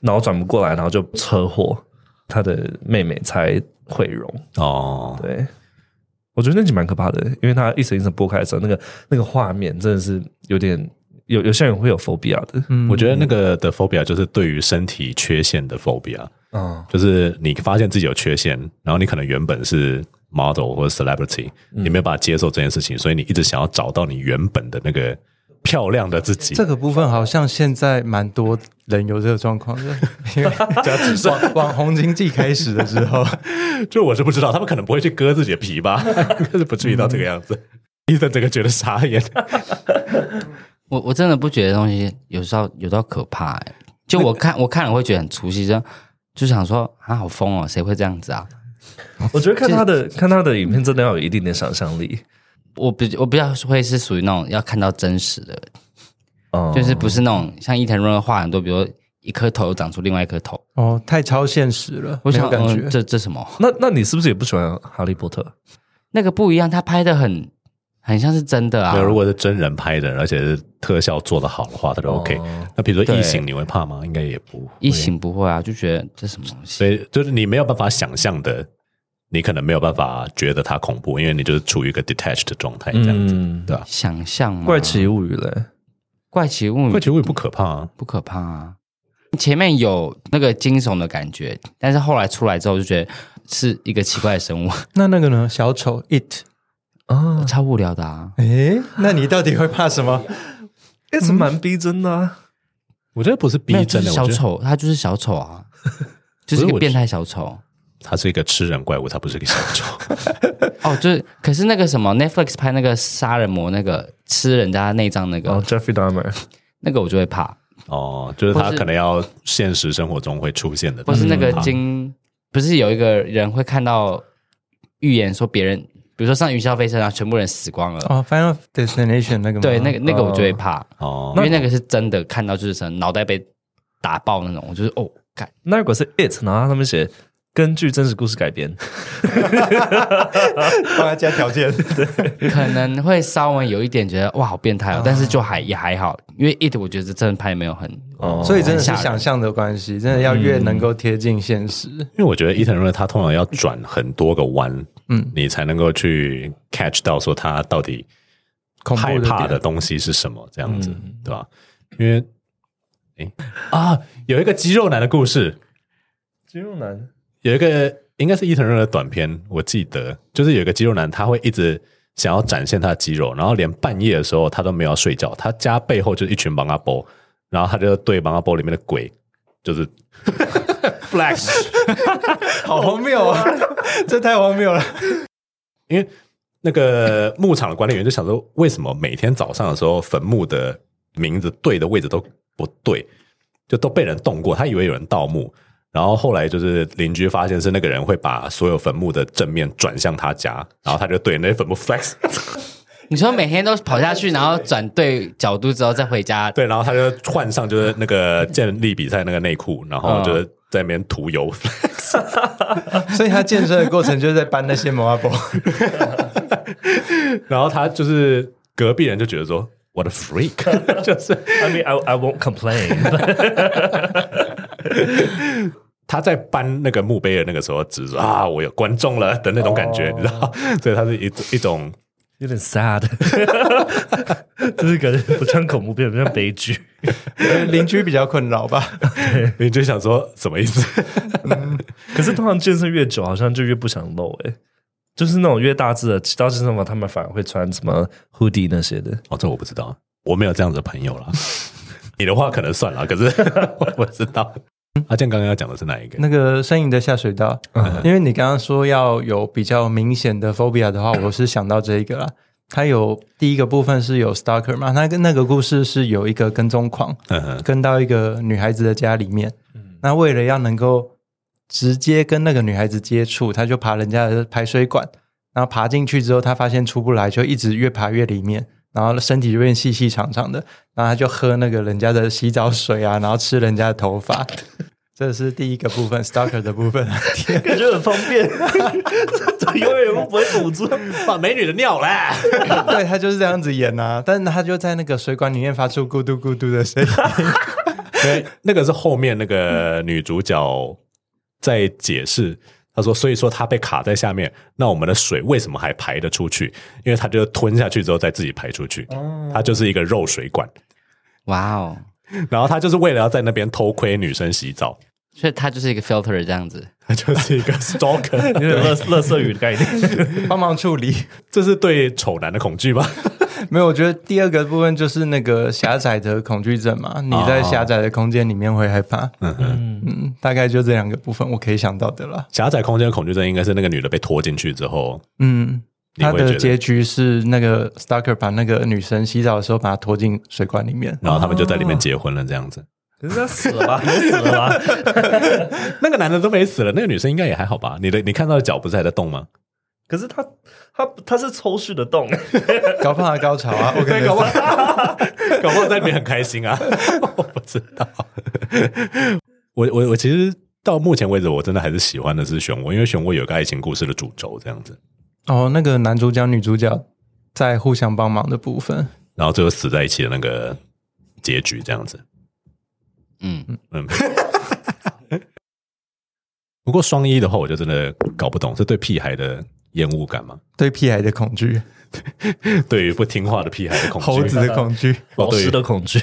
[SPEAKER 3] 脑转不过来，然后就车祸，她的妹妹才毁容。
[SPEAKER 2] 哦，
[SPEAKER 3] 对，我觉得那集蛮可怕的，因为它一层一层剥开的时候，那个那个画面真的是有点有有些人会有 phobia 的，
[SPEAKER 1] 嗯
[SPEAKER 2] 我觉得那个的 phobia 就是对于身体缺陷的 phobia，
[SPEAKER 3] 嗯，
[SPEAKER 2] 就是你发现自己有缺陷，然后你可能原本是 model 或者 celebrity，你没有办法接受这件事情，所以你一直想要找到你原本的那个漂亮的自己。
[SPEAKER 1] 这个部分好像现在蛮多人有这个状况的，因为 网网红经济开始的时候，
[SPEAKER 2] 就我是不知道，他们可能不会去割自己的皮吧， 但是不至于到这个样子。医生整个觉得傻眼，
[SPEAKER 4] 我我真的不觉得东西有时候有到可怕、欸，就我看我看了会觉得很出戏，就就想说啊，好疯哦，谁会这样子啊？
[SPEAKER 3] 我觉得看他的看他的影片真的要有一定的想象力，
[SPEAKER 4] 我比我比较会是属于那种要看到真实的，
[SPEAKER 3] 嗯，
[SPEAKER 1] 哦
[SPEAKER 4] 就是不是那种像伊藤润二画很多，比如说一颗头长出另外一颗头，
[SPEAKER 1] 哦，太超现实了，
[SPEAKER 4] 我想
[SPEAKER 1] 没有感觉
[SPEAKER 4] 嗯、。这这什么？
[SPEAKER 3] 那那你是不是也不喜欢哈利波特？
[SPEAKER 4] 那个不一样，他拍的很很像是真的啊
[SPEAKER 2] 没。有，如果是真人拍的，而且是特效做得好的话，他
[SPEAKER 3] 哦
[SPEAKER 2] 就 OK。那比如说
[SPEAKER 4] 哦对
[SPEAKER 2] 异形，你会怕吗？应该也不会。
[SPEAKER 4] 一醒不会啊，就觉得这什么东西。
[SPEAKER 2] 所以就是你没有办法想象的，你可能没有办法觉得它恐怖，因为你就是处于一个 detached 的状态这样子。
[SPEAKER 3] 嗯，
[SPEAKER 2] 对啊，
[SPEAKER 4] 想象吗？
[SPEAKER 3] 怪奇物语嘞，
[SPEAKER 4] 怪奇物
[SPEAKER 2] 怪
[SPEAKER 4] 语
[SPEAKER 2] 奇物语不可怕啊，
[SPEAKER 4] 不可怕啊，前面有那个惊悚的感觉，但是后来出来之后就觉得是一个奇怪 的生物，
[SPEAKER 1] 那那个呢？小丑 it，
[SPEAKER 3] 啊，
[SPEAKER 4] 超无聊的啊。
[SPEAKER 1] 诶，那你到底会怕什么？
[SPEAKER 3] 一直蛮逼真的啊，
[SPEAKER 2] 我觉得不是逼
[SPEAKER 4] 没有就
[SPEAKER 2] 真
[SPEAKER 4] 是
[SPEAKER 2] 的，
[SPEAKER 4] 小
[SPEAKER 2] 我觉得
[SPEAKER 4] 丑，他就是小丑啊， 就是
[SPEAKER 2] 不是
[SPEAKER 4] 一个
[SPEAKER 2] 我
[SPEAKER 4] 变态小丑。
[SPEAKER 2] 它是一个吃人怪物，它不是一个小 丑。
[SPEAKER 4] 哦，就是，可是那个什么 Netflix 拍那个杀人魔，那个吃人家内脏那个，
[SPEAKER 3] 然后哦 Jeffrey Dahmer，
[SPEAKER 4] 那个我就会怕，
[SPEAKER 2] 哦，就是它
[SPEAKER 4] 或是
[SPEAKER 2] 可能要现实生活中会出现的东嗯
[SPEAKER 4] 或
[SPEAKER 2] 西，
[SPEAKER 4] 是那个经，不是有一个人会看到预言说别人，比如说上云霄飞车，然后全部人死光了，
[SPEAKER 1] 哦，Final Destination 那个吗？
[SPEAKER 4] 对，那个那个我就会怕，
[SPEAKER 2] 哦
[SPEAKER 4] 因为那个是真的看到就是什么脑袋被打爆那种，我就是 哦，干，
[SPEAKER 3] 那如果是 It，然后它上面写根据真实故事改编，
[SPEAKER 1] 帮他加条件。
[SPEAKER 4] 可能会稍微有一点觉得哇好变态哦，但是就还也还好，因为 it 我觉得真的拍得没有很
[SPEAKER 3] 哦，
[SPEAKER 1] 所以真的是想象的关系，真的要越能够贴近现实。
[SPEAKER 2] 因为我觉得伊藤润二他通常要转很多个弯，
[SPEAKER 1] 嗯，
[SPEAKER 2] 你才能够去 catch 到说他到底
[SPEAKER 1] 恐
[SPEAKER 2] 害
[SPEAKER 1] 怖
[SPEAKER 2] 怕
[SPEAKER 1] 点
[SPEAKER 2] 的
[SPEAKER 1] 嗯
[SPEAKER 2] 东西是什么，这样子，对吧？因为，诶啊，有一个肌肉男的故事，
[SPEAKER 3] 肌肉男，
[SPEAKER 2] 有一个应该是伊藤润二的短片，我记得就是有一个肌肉男，他会一直想要展现他的肌肉，然后连半夜的时候他都没有要睡觉，他家背后就是一群芒阿波，然后他就对芒阿波里面的鬼就是 flash。
[SPEAKER 1] 好荒谬啊！这太荒谬了。
[SPEAKER 2] 因为那个牧场的管理员就想说，为什么每天早上的时候坟墓的名字对的位置都不对，就都被人动过，他以为有人盗墓。然后后来就是邻居发现是那个人会把所有坟墓的正面转向他家，然后他就对那些坟墓 flex，
[SPEAKER 4] 你说每天都跑下去，然后转对角度之后再回家，
[SPEAKER 2] 对，然后他就换上就是那个健力比赛那个内裤，然后就是在那边涂油，
[SPEAKER 1] 所以他健身的过程就是在搬那些摩阿波。
[SPEAKER 2] 然后他就是隔壁人就觉得说 what a freak，就是。
[SPEAKER 3] I mean I I won't complain，
[SPEAKER 2] 他在搬那个墓碑的那个时候，只是说啊，我有观众了的那种感觉，你知道？ 所以他是一一种
[SPEAKER 3] 有点 sad，就是感觉不像恐怖片，不像悲剧。
[SPEAKER 1] 邻居比较困扰吧？
[SPEAKER 2] 你就想说什么意思？
[SPEAKER 3] 可是通常健身越久，好像就越不想露哎、就是那种越大只的，其他健身房 他们反而会穿什么 hoodie 那些的。
[SPEAKER 2] 哦，这我不知道，我没有这样子的朋友啦。 你的话可能算了，可是 我不知道。阿健刚刚要讲的是哪 一个？嗯
[SPEAKER 1] 那个呻吟的下水道，因为你刚刚说要有比较明显的 phobia 的话，我是想到这一个啦。它有第一个部分是有 stalker 嘛，那个那个故事是有一个跟踪狂
[SPEAKER 2] 嗯 哼
[SPEAKER 1] 跟到一个女孩子的家里面，那为了要能够直接跟那个女孩子接触，他就爬人家的排水管，然后爬进去之后，他发现出不来，就一直越爬越里面，然后身体就变细细长长的，然后他就喝那个人家的洗澡水啊，然后吃人家的头发。这是第一个部分，stalker 的部分。
[SPEAKER 3] 感觉很方便，永远都不会堵住。
[SPEAKER 2] 把美女的尿啦！
[SPEAKER 1] 对他就是这样子演啊，但是他就在那个水管里面发出咕嘟咕嘟的声音。
[SPEAKER 2] 对，那个是后面那个女主角在解释，她说，所以说她被卡在下面，那我们的水为什么还排得出去？因为她就吞下去之后再自己排出去，她就是一个肉水管，
[SPEAKER 4] 哇哦！
[SPEAKER 2] 然后她就是为了要在那边偷窥女生洗澡，
[SPEAKER 4] 所以它就是一个 filter 这样子，
[SPEAKER 2] 她就是一个 stalker，
[SPEAKER 3] 有点乐乐色语的概念，
[SPEAKER 1] 帮忙处理。
[SPEAKER 2] 这是对丑男的恐惧吧？
[SPEAKER 1] 没有，我觉得第二个部分就是那个狭窄的恐惧症嘛，你在狭窄的空间里面会害怕。嗯嗯，大概就这两个部分我可以想到的啦。
[SPEAKER 2] 狭窄空间的恐惧症应该是那个女的被拖进去之后，
[SPEAKER 1] 嗯，
[SPEAKER 2] 你会
[SPEAKER 1] 他
[SPEAKER 2] 觉得
[SPEAKER 1] 的结局是那个 stalker 把那个女生洗澡的时候把她拖进水管里 面。
[SPEAKER 2] 然后他们就在里面结婚了，这样子。
[SPEAKER 3] 可是他死了吧？都死了吧？
[SPEAKER 2] 那个男的都没死了，那个女生应该也还好吧？你的你看到的脚不是还在动吗？
[SPEAKER 3] 可是他他他是抽蓄的 洞，
[SPEAKER 1] 搞不好高潮啊！我跟你说，
[SPEAKER 2] 搞不好在里面很开心啊， 我不知道。我我我其实到目前为止，我真的还是喜欢的是漩涡，因为漩涡有一个爱情故事的主轴这样子，
[SPEAKER 1] 哦，那个男主角、女主角在互相帮忙的部分，
[SPEAKER 2] 然后最后死在一起的那个结局这样子。
[SPEAKER 4] 嗯，
[SPEAKER 2] 嗯，不过双一的话，我就真的搞不懂，是对屁孩的厌恶感吗？
[SPEAKER 1] 对屁孩的恐惧、
[SPEAKER 2] 对于不听话的屁孩的恐惧，
[SPEAKER 1] 猴子的恐惧。
[SPEAKER 2] 哦
[SPEAKER 3] 老
[SPEAKER 2] 对
[SPEAKER 3] 师的恐惧。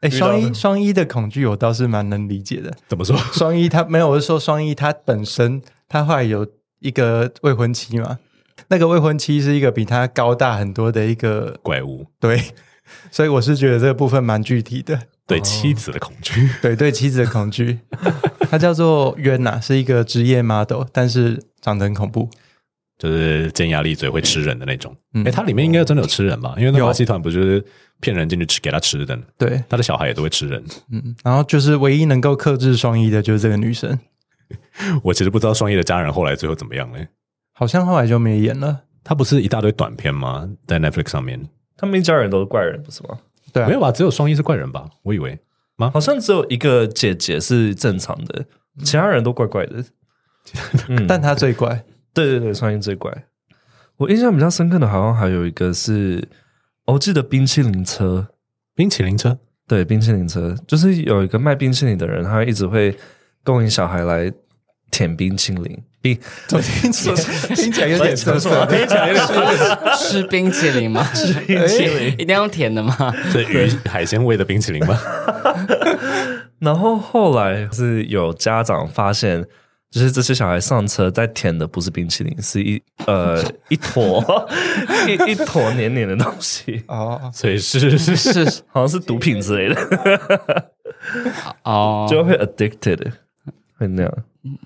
[SPEAKER 1] 哎，
[SPEAKER 3] 遇到
[SPEAKER 1] 双一
[SPEAKER 3] 了
[SPEAKER 1] 双一的恐惧我倒是蛮能理解的。
[SPEAKER 2] 怎么说？
[SPEAKER 1] 双一他没有，我是说双一他本身他后来有一个未婚妻嘛，那个未婚妻是一个比他高大很多的一个
[SPEAKER 2] 怪物
[SPEAKER 1] 对， 所以我是觉得这个部分蛮具体的，
[SPEAKER 2] 对妻子的恐惧，
[SPEAKER 1] 对对妻子的恐惧。 他叫做渊呐、是一个职业 model，但是长得很恐怖。
[SPEAKER 2] 就是尖牙利嘴会吃人的那种。哎、
[SPEAKER 1] 嗯
[SPEAKER 2] 它里面应该真的有吃人吧？因为那
[SPEAKER 1] 有
[SPEAKER 2] 马戏团不就是骗人进去吃给他吃的，
[SPEAKER 1] 对，
[SPEAKER 2] 他的小孩也都会吃人。
[SPEAKER 1] 嗯，然后就是唯一能够克制双一的就是这个女生，
[SPEAKER 2] 我其实不知道双叶的家人后来最后怎么样嘞。
[SPEAKER 1] 好像后来就没演了。
[SPEAKER 2] 他不是一大堆短片吗？在 Netflix 上面、
[SPEAKER 3] 他们一家人都是怪人，不是吗？
[SPEAKER 1] 对、啊，
[SPEAKER 2] 没有吧？只有双叶是怪人吧？我以为
[SPEAKER 3] 好像只有一个姐姐是正常的，其他人都怪怪 的。嗯，
[SPEAKER 1] 但他最怪。
[SPEAKER 3] 对对对，创意最怪。我印象比较深刻的，好像还有一个是，哦我记得冰淇淋车，
[SPEAKER 2] 冰淇淋车
[SPEAKER 3] 对，冰淇淋车就是有一个卖冰淇淋的人，他一直会供应小孩来舔冰淇淋，冰
[SPEAKER 1] 怎么听起来 听起来有 点涩涩的？
[SPEAKER 3] 听起来有点
[SPEAKER 4] 吃冰淇淋 吗？吃冰
[SPEAKER 1] 淇
[SPEAKER 4] 淋哎一定要用甜的 吗？
[SPEAKER 2] 是鱼海鲜味的冰淇淋 吗？
[SPEAKER 3] 然后后来是有家长发现，就是这些小孩上车在舔的不是冰淇淋，是一呃 一坨 一一坨黏黏的东西，
[SPEAKER 1] 哦，
[SPEAKER 2] 所以是 是是
[SPEAKER 4] 是
[SPEAKER 3] 好像是毒品之类的，
[SPEAKER 4] 哦，
[SPEAKER 3] 就会 addicted，会那样。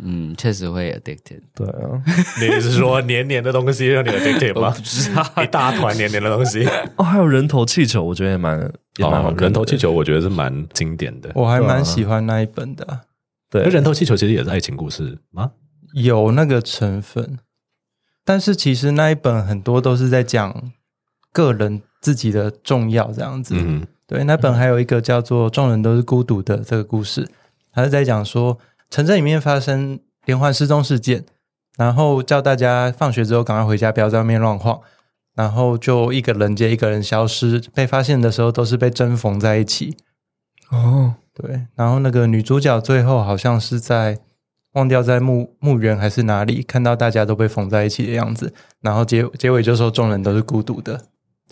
[SPEAKER 4] 嗯，确实会 addicted。
[SPEAKER 3] 对啊，
[SPEAKER 2] 你是说黏黏的东西让你有 a d 吗？不知道，一大团黏黏的东西。
[SPEAKER 3] 哦，还有人头气球，我觉得也蛮也蛮
[SPEAKER 2] 哦
[SPEAKER 3] 好看，的
[SPEAKER 2] 人头气，球我觉得是蛮经典的。
[SPEAKER 1] 我还蛮喜欢那一本的啊、
[SPEAKER 3] 对
[SPEAKER 2] 那，人头气球其实也是爱情故事吗？
[SPEAKER 1] 有那个成分，但是其实那一本很多都是在讲个人自己的重要这样子。
[SPEAKER 2] 嗯，
[SPEAKER 1] 对，那本还有一个叫做《众人都是孤独的》这个故事，它是在讲说城镇里面发生连环失踪事件，然后叫大家放学之后赶快回家，不要在外面乱晃。然后就一个人接一个人消失，被发现的时候都是被针缝在一起。
[SPEAKER 3] 哦，
[SPEAKER 1] 对，然后那个女主角最后好像是在忘掉在墓墓园还是哪里看到大家都被缝在一起的样子，然后结结尾就说众人都是孤独的。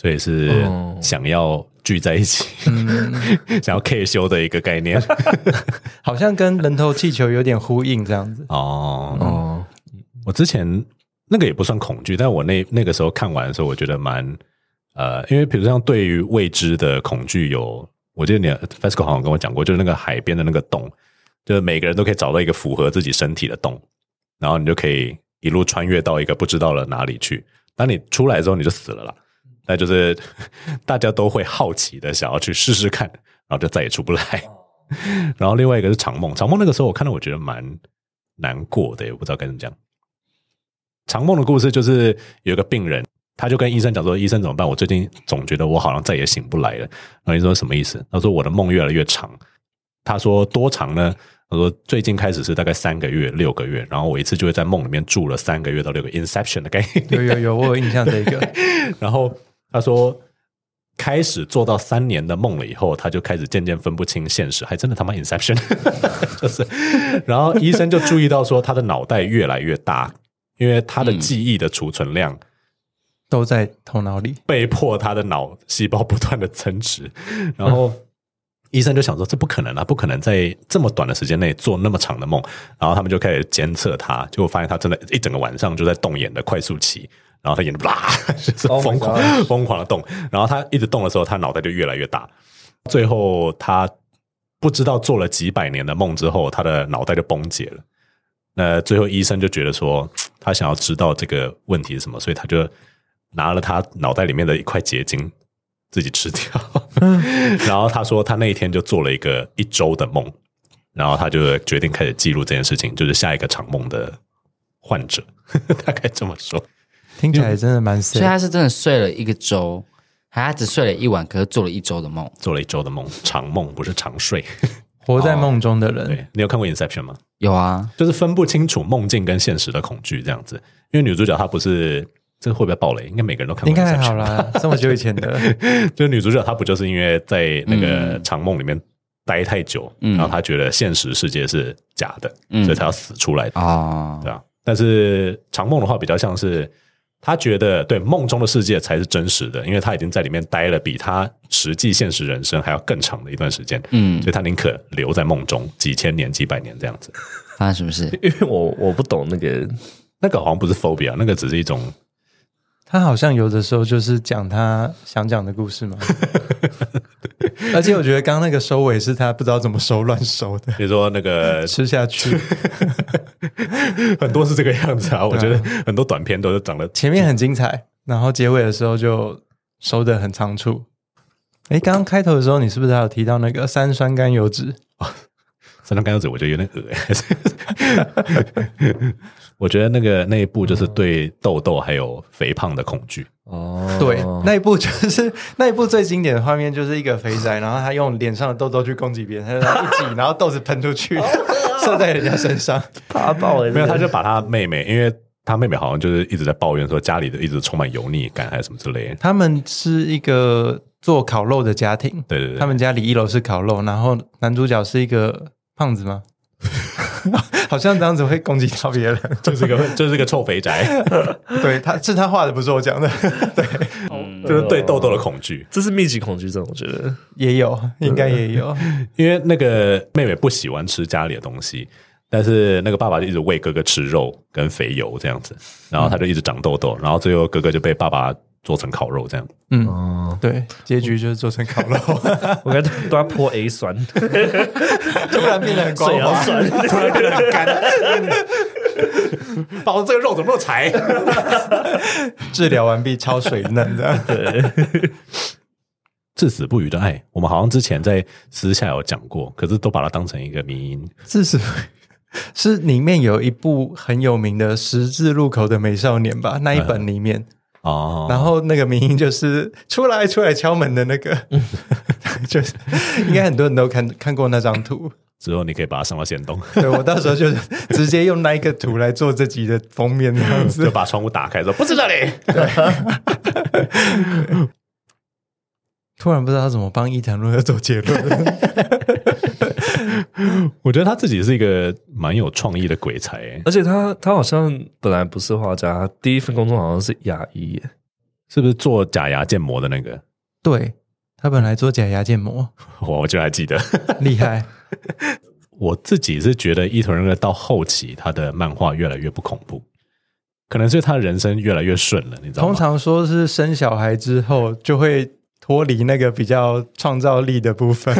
[SPEAKER 2] 所以是
[SPEAKER 3] 哦
[SPEAKER 2] 想要聚在一起，
[SPEAKER 1] 嗯，
[SPEAKER 2] 想要 K 修的一个概念
[SPEAKER 1] 好像跟人头气球有点呼应这 样子。
[SPEAKER 2] 哦。
[SPEAKER 3] 哦，
[SPEAKER 2] 我之前那个也不算恐惧，但我那那个时候看完的时候，我觉得蛮呃，因为比如像对于未知的恐惧有我记得你 FESCO 好像跟我讲过，就是那个海边的那个洞，就是每个人都可以找到一个符合自己身体的洞，然后你就可以一路穿越到一个不知道了哪里去。当你出来之后，你就死了啦。那就是 大家都会好奇的想要去试试看，然后就再也出不来。 然后另外一个是长梦，长梦那个时候我看到我觉得蛮难过的，也不知道该怎么讲。长梦的故事就是有一个病人，他就跟医生讲说：“医生怎么办？我最近总觉得我好像再也醒不来了。”然后医生说：“什么意思？”他说：“我的梦越来越长。”他说：“多长呢？”他说：“最近开始是大概三个月、六个月，然后我一次就会在梦里面住了三个月到六个 Inception 的概念。”
[SPEAKER 1] 有有有，我有印象这个，
[SPEAKER 2] 然后他说，开始做到三年的梦了以后，他就开始渐渐分不清现实，还真的他妈 Inception，就是。然后医生就注意到说，他的脑袋越来越大，因为他的记忆的储存量
[SPEAKER 1] 都在头脑里。
[SPEAKER 2] 被迫他的脑细胞不断的增值，然后。医生就想说，这不可能啊，不可能在这么短的时间内做那么长的梦。然后他们就开始监测他，结果发现他真的一整个晚上就在动眼的快速期，然后他眼睛 啦，就是疯狂、疯狂的动。然后他一直动的时候，他脑袋就越来越大。最后他不知道做了几百年的梦之后，他的脑袋就崩解了。那最后医生就觉得说，他想要知道这个问题是什么，所以他就拿了他脑袋里面的一块结晶自己吃掉。
[SPEAKER 1] 嗯
[SPEAKER 2] 然后他说，他那一天就做了一个一周的梦，然后他就决定开始记录这件事情，就是下一个长梦的患者， 大概这么说。
[SPEAKER 1] 听起来真的蛮
[SPEAKER 4] 所以
[SPEAKER 1] sad。
[SPEAKER 4] 他是真的睡了一个周，还他只睡了一晚，可是做了一周的梦。
[SPEAKER 2] 做了一周的梦，长梦不是长睡。
[SPEAKER 1] 活在梦中的人，
[SPEAKER 2] 对你有看过《Inception》吗？
[SPEAKER 4] 有啊，
[SPEAKER 2] 就是分不清楚梦境跟现实的恐惧这样子。因为女主角她不是这会不会暴雷？应该每个人都看过。
[SPEAKER 1] 应该还好。啦，这么久以前的，
[SPEAKER 2] 就是女主角她不就是因为在那个长梦里面待太久，
[SPEAKER 4] 嗯
[SPEAKER 2] 然后她觉得现实世界是假的，
[SPEAKER 4] 嗯
[SPEAKER 2] 所以她要死出来的，
[SPEAKER 4] 哦
[SPEAKER 2] 对，啊。但是长梦的话比较像是。她觉得对梦中的世界才是真实的，因为她已经在里面待了比她实际现实人生还要更长的一段时间，
[SPEAKER 4] 嗯
[SPEAKER 2] 所以，她宁可留在梦中几千年、几百年这样子。
[SPEAKER 4] 发生什么事？
[SPEAKER 3] 因为我我不懂那个
[SPEAKER 2] 那个好像不是 phobia，那个只是一种
[SPEAKER 1] 他好像有的时候就是讲他想讲的故事嘛。而且我觉得刚刚那个收尾是他不知道怎么收乱收的，
[SPEAKER 2] 比如说那 个
[SPEAKER 1] 吃下去。
[SPEAKER 2] 很多是这个样子啊，我觉得很多短片都是长得
[SPEAKER 1] 前面很精彩，然后结尾的时候就收的很仓促。哎，刚刚开头的时候，你是不是还有提到那个三酸甘油脂？
[SPEAKER 2] 三张甘油纸，我觉得有点恶欸 我觉得那个那一部就是对痘痘还有肥胖的恐惧，
[SPEAKER 3] 哦，
[SPEAKER 1] 对，那一部就是 那一部最经典的画面，就是一个肥仔，然后他用脸上的痘痘去攻击别人，他就这样一 挤，然后豆子喷出
[SPEAKER 2] 哦
[SPEAKER 1] 去，射在人家身上。
[SPEAKER 3] 怕爆了，
[SPEAKER 2] 没有，他就把他妹妹，因为他妹妹好像就是一直在抱怨说家里的一直充满油腻感还是什么之类的。
[SPEAKER 1] 他们是一个做烤肉的家庭，
[SPEAKER 2] 对对对，
[SPEAKER 1] 他们家里一楼是烤肉，然后男主角是一个胖子 吗？好像这样子会攻击到别人。
[SPEAKER 2] 就是一个就是一个臭肥宅，
[SPEAKER 1] 对，他是他画的，不是我讲的。对，
[SPEAKER 2] 就是对痘痘的恐惧。
[SPEAKER 3] 这是密集恐惧症，我觉得
[SPEAKER 1] 也有，应该也有。
[SPEAKER 2] 因为那个妹妹不喜欢吃家里的东西，但是那个爸爸就一直喂哥哥吃肉跟肥油这样子，然后他就一直长痘痘，然后最后哥哥就被爸爸做成烤肉这 样。
[SPEAKER 1] 嗯，
[SPEAKER 3] 哦，
[SPEAKER 1] 对，结局就是做成烤肉，
[SPEAKER 3] 我该对他泼 A 酸，
[SPEAKER 1] 突然变得很光
[SPEAKER 3] 水杨
[SPEAKER 1] 滑。
[SPEAKER 3] 酸，
[SPEAKER 2] 爸爸这个肉怎么那么柴？
[SPEAKER 1] 治疗完毕，超水嫩的。
[SPEAKER 2] 至死不渝的爱，我们好像之前在私下有讲过，可是都把它当成一个迷因。
[SPEAKER 1] 这是是里面有一部很有名的十字路口的美少年吧？那一本里面，
[SPEAKER 2] 哦，
[SPEAKER 1] 然后那个名音就是出来出来敲门的那 个，就是应该很多人都看看过那张图。
[SPEAKER 2] 之后你可以把它上到线洞，
[SPEAKER 1] 对我到时候 就是直接用那一个图来做这集的封面这样
[SPEAKER 2] 就
[SPEAKER 1] 子。
[SPEAKER 2] 把窗户打开说不是这里。
[SPEAKER 1] 突然不知道怎么帮伊藤润二做结论。
[SPEAKER 2] 我觉得他自己是一个蛮有创意的鬼才、欸，
[SPEAKER 3] 而且他他好像本来不是画家，他第一份工作好像是牙医耶，
[SPEAKER 2] 是不是做假牙建模的那个？
[SPEAKER 1] 对他本来做假牙建 模，
[SPEAKER 2] 我我就还记得。
[SPEAKER 1] 厉害。
[SPEAKER 2] 我自己是觉得伊藤润二到后期他的漫画越来越不恐怖，可能是他人生越来越顺了，你知道吗？
[SPEAKER 1] 通常说是生小孩之后就会。脱离那个比较创造力的部分。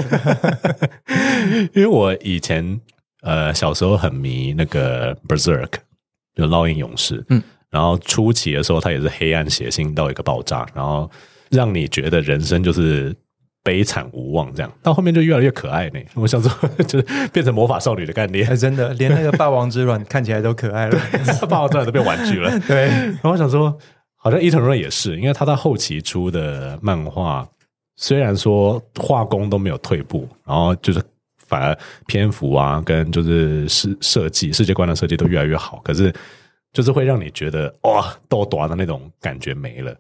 [SPEAKER 2] 因为我以前呃小时候很迷那个 Berserk，就烙印勇士，嗯，然后初期的时候它也是黑暗血腥到一个爆炸，然后让你觉得人生就是悲惨无望这样，到后面就越来越可爱呢。我想说， 就是变成魔法少女的概
[SPEAKER 1] 哎，
[SPEAKER 2] 念，
[SPEAKER 1] 真的，连那个霸王之卵看起来都可爱了。
[SPEAKER 2] 霸王突然都变玩具了。
[SPEAKER 1] 对，
[SPEAKER 2] 然后我想说，好像伊藤润也是，因为他到后期出的漫画，虽然说画工都没有退步，然后就是反而篇幅啊，跟就是设设计、世界观的设计都越来越好，可是就是会让你觉得哇，豆短的那种感觉没了。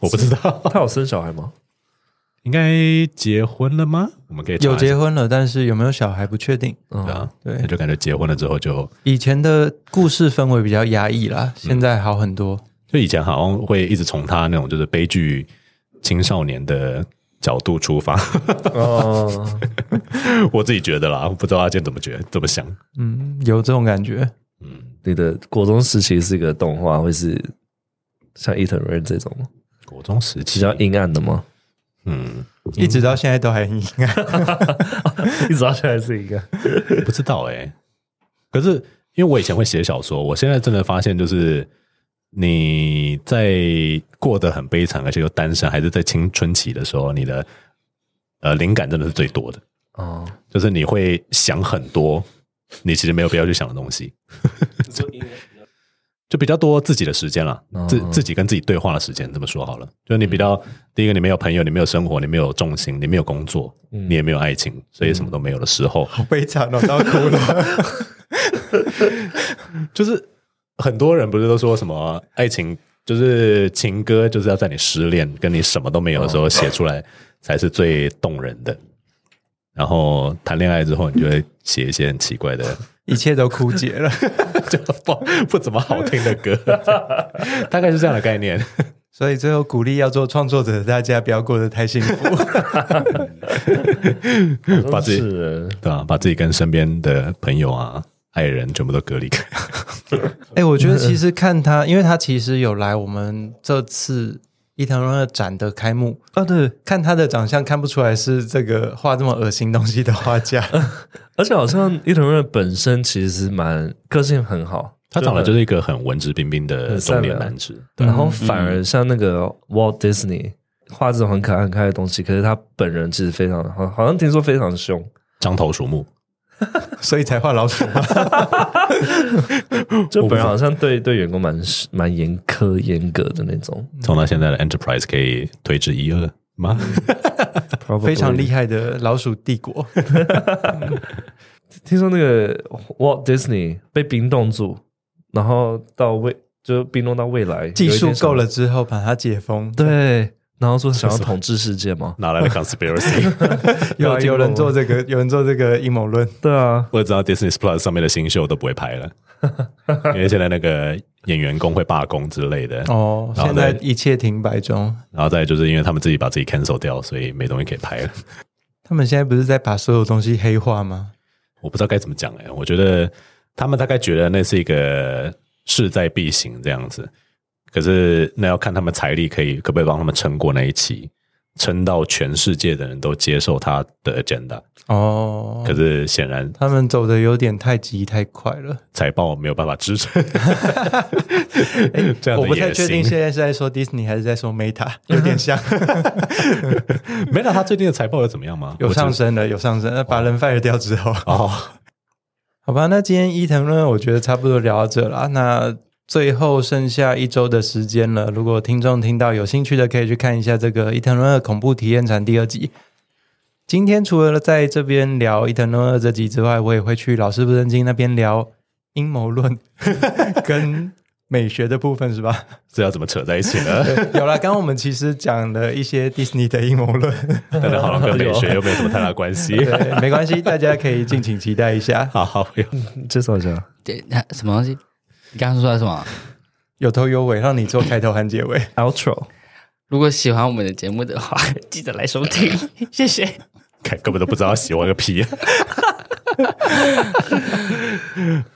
[SPEAKER 2] 我不知道，
[SPEAKER 3] 他有生小孩吗？
[SPEAKER 2] 应该结婚了吗？我们可以查
[SPEAKER 1] 有
[SPEAKER 2] 一下
[SPEAKER 1] 结婚了，但是有没有小孩不确定。
[SPEAKER 2] 对啊，
[SPEAKER 1] 对
[SPEAKER 2] 那就感觉结婚了之后就
[SPEAKER 1] 以前的故事氛围比较压抑啦，现在好很多。
[SPEAKER 2] 就以前好像会一直从他那种就是悲剧青少年的角度出发，
[SPEAKER 3] 哦，
[SPEAKER 2] 我自己觉得啦，我不知道阿健怎么觉怎么想。
[SPEAKER 1] 嗯，有这种感觉。
[SPEAKER 2] 嗯
[SPEAKER 3] 你的国中时期是一个动画，会是像伊藤润这种
[SPEAKER 2] 国中时
[SPEAKER 3] 比
[SPEAKER 2] 期啊
[SPEAKER 3] 较，阴暗的吗？
[SPEAKER 2] 嗯，
[SPEAKER 1] 一直到现在都还应该
[SPEAKER 3] 一直到现在是一个
[SPEAKER 2] 不知道哎、可是因为我以前会写小说，我现在真的发现，就是你在过得很悲惨，而且又单身，还是在青春期的时候，你的呃灵感真的是最多的，
[SPEAKER 3] 哦，
[SPEAKER 2] 就是你会想很多你其实没有必要去想的东西， 就比较多自己的时间了，自自己跟自己对话的时间，这么说好了。就是你比较第一个，你没有朋友，你没有生活，你没有重心，你没有工作，
[SPEAKER 3] 嗯
[SPEAKER 2] 你也没有爱情，所以什么都没有的时候，
[SPEAKER 1] 好悲惨哦，到哭了。
[SPEAKER 2] 就是很多人不是都说什么爱情就是情歌，就是要在你失恋跟你什么都没有的时候写出来才是最动人的。然后谈恋爱之后，你就会写一些很奇怪的，
[SPEAKER 1] 一切都枯竭了。
[SPEAKER 2] 就不不怎么好听的 歌，大概是这样的概念。
[SPEAKER 1] 所以最后鼓励要做创作者的大家，不要过得太幸福。
[SPEAKER 2] 把自己
[SPEAKER 3] 己
[SPEAKER 2] 对啊，把自己跟身边的朋友啊、爱人全部都隔离开。
[SPEAKER 1] 哎、我觉得其实看他，因为他其实有来我们这次伊藤润二展的开幕啊，对，看他的长相看不出来是这个画这么恶心东西的画家，
[SPEAKER 3] 而且好像伊藤润本身其实蛮个性很好，
[SPEAKER 2] 他长得就是是一个很文质彬彬的
[SPEAKER 3] 很
[SPEAKER 2] 中
[SPEAKER 3] 善
[SPEAKER 2] 年
[SPEAKER 3] 良
[SPEAKER 2] 男子，
[SPEAKER 3] 很，然后反而像那个 Walt Disney 画这种很可爱很可爱的东西，可是他本人其实非常好，好像听说非常凶，
[SPEAKER 2] 獐头鼠目。
[SPEAKER 1] 所以才画老鼠嘛。
[SPEAKER 3] 就本人好像对对员工蛮蛮严苛严格的那种，
[SPEAKER 2] 从他现在的 Enterprise 可以推至一二吗？
[SPEAKER 3] 嗯
[SPEAKER 1] 非常厉害的老鼠帝国，
[SPEAKER 3] 听说那个 Walt Disney 被冰冻住，然后到未就冰冻到未来，
[SPEAKER 1] 技
[SPEAKER 3] 有
[SPEAKER 1] 术
[SPEAKER 3] 一点想
[SPEAKER 1] 够了，之后把它解封，
[SPEAKER 3] 对，然后说想要统治世界嘛，
[SPEAKER 2] 哪来 的 conspiracy？
[SPEAKER 1] 有啊
[SPEAKER 3] 有
[SPEAKER 1] 有
[SPEAKER 3] 听过
[SPEAKER 1] 人做这个，有人做这个阴谋论，
[SPEAKER 3] 对啊，
[SPEAKER 2] 我只知道 Disney Plus 上面的新秀都不会拍 了，因为现在那个演员工会罢工之类的。
[SPEAKER 1] 哦，
[SPEAKER 2] 然后
[SPEAKER 1] 现在
[SPEAKER 2] 再
[SPEAKER 1] 一切停摆中。
[SPEAKER 2] 然后再就是因为他们自己把自己 cancel 掉，所以没东西可以拍了。
[SPEAKER 1] 他们现在不是在把所有东西黑化吗？
[SPEAKER 2] 我不知道该怎么讲哎、我觉得他们大概觉得那是一个势在必行这样子，可是那要看他们财力可以可不可以帮他们撑过那一期，撑到全世界的人都接受他的 agenda。
[SPEAKER 1] 哦，
[SPEAKER 2] 可是显然
[SPEAKER 1] 他们走的有点太急太快了。
[SPEAKER 2] 财报没有办法支撑这
[SPEAKER 1] 哎
[SPEAKER 2] 样
[SPEAKER 1] 我
[SPEAKER 2] 的
[SPEAKER 1] 不
[SPEAKER 2] 野
[SPEAKER 1] 太确
[SPEAKER 2] 心
[SPEAKER 1] 定。现在是在说 Disney 还是在说 Meta，有点像，
[SPEAKER 2] 没想到他最近的财报有怎么样吗？
[SPEAKER 1] 有上
[SPEAKER 2] 我知
[SPEAKER 1] 升了，有上升了，把人 fire 掉之后，
[SPEAKER 2] 哦，
[SPEAKER 1] 好吧，那今天伊藤润我觉得差不多聊到这啦。那最后剩下一周的时间了，如果听众听到有兴趣的，可以去看一下这个伊藤润二恐怖体验展第二集。今天除了在这边聊伊藤润二这集之外，我也会去老师不正经那边聊阴谋 论跟美学的部分，是吧？
[SPEAKER 2] 这要怎么扯在一起呢？
[SPEAKER 1] 有啦，刚刚我们其实讲了一些迪士尼的阴谋论，
[SPEAKER 2] 但是好像跟美学又没有什么太大关系。
[SPEAKER 1] 对，没关系，大家可以敬请期待一下。
[SPEAKER 2] 好好，
[SPEAKER 3] 介绍一下，
[SPEAKER 4] 对，那什么东西？你刚刚说的什么？
[SPEAKER 1] 有头有尾，让你做开头和结尾。
[SPEAKER 3] outro，
[SPEAKER 4] 如果喜欢我们的节目的话，记得来收听，谢谢。
[SPEAKER 2] 看根本都不知道喜欢个屁。啊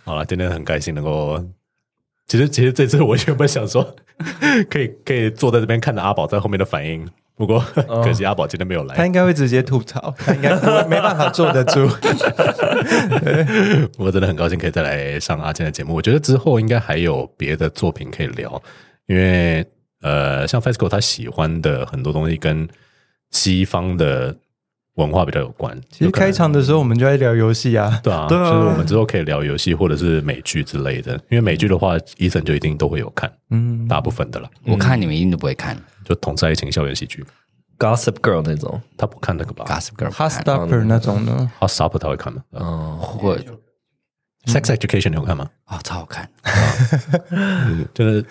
[SPEAKER 2] 好了，今天很开心能够，其实其实这次我原本想说，可以可以坐在这边看着阿宝在后面的反应，不过可惜阿宝今天没有
[SPEAKER 1] 他
[SPEAKER 2] 来，
[SPEAKER 1] 应该会直接吐槽， 他应该不会没办法坐得住。
[SPEAKER 2] 我真的很高兴可以再来上阿健的节目。我觉得之后应该还有别的作品可以聊，因为呃，像 FESCO 他喜欢的很多东西跟西方的文化比较有关。
[SPEAKER 1] 其实
[SPEAKER 2] 有可能
[SPEAKER 1] 开场的时候我们就在聊游戏啊，
[SPEAKER 2] 对啊，
[SPEAKER 3] 对啊
[SPEAKER 2] 就是我们之后可以聊游戏或者是美剧之类的，因为美剧的话，医生就一定都会有看，
[SPEAKER 1] 嗯，
[SPEAKER 2] 大部分的啦，
[SPEAKER 4] 我看你们一定都不会看
[SPEAKER 2] 就同在一情校园喜剧，
[SPEAKER 3] Gossip Girl 那种，
[SPEAKER 2] 他不看那个吧
[SPEAKER 4] Gossip Girl，
[SPEAKER 1] h o s t o p p e r 那种呢，
[SPEAKER 2] 他 s u p 他会看吗、
[SPEAKER 3] 哦，
[SPEAKER 4] 或
[SPEAKER 2] s e x Education 你有看吗？
[SPEAKER 4] 哦超好看，
[SPEAKER 2] 就是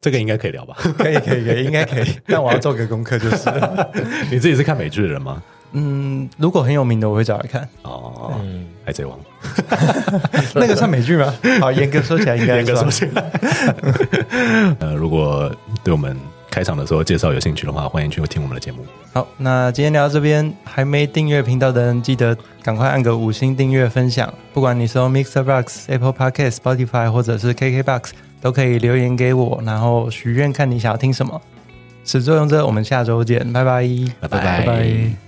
[SPEAKER 2] 这个应该可以聊吧？
[SPEAKER 1] 可以可以可以，应该可以。 但我要做个功课 就是了，
[SPEAKER 2] 你自己是看美剧的人吗？
[SPEAKER 1] 嗯，如果很有名的我会找来 看。
[SPEAKER 2] 哦，海贼王，
[SPEAKER 1] 那个算美剧吗？ 好，严格说起来应该
[SPEAKER 2] 严格
[SPEAKER 1] 算
[SPEAKER 2] 说。起来， 呃，如果对我们开场的时候介绍有兴趣的话，欢迎去听我们的节目。
[SPEAKER 1] 好，那今天聊到这边，还没订阅频道的人，记得赶快按个五星订阅分享。不管你是用 Mixer Box、Apple Podcast、Spotify 或者是 KK Box，都可以留言给我，然后许愿看你想要听什么。始作俑者，我们下周见，拜拜，
[SPEAKER 2] 拜拜
[SPEAKER 1] 拜拜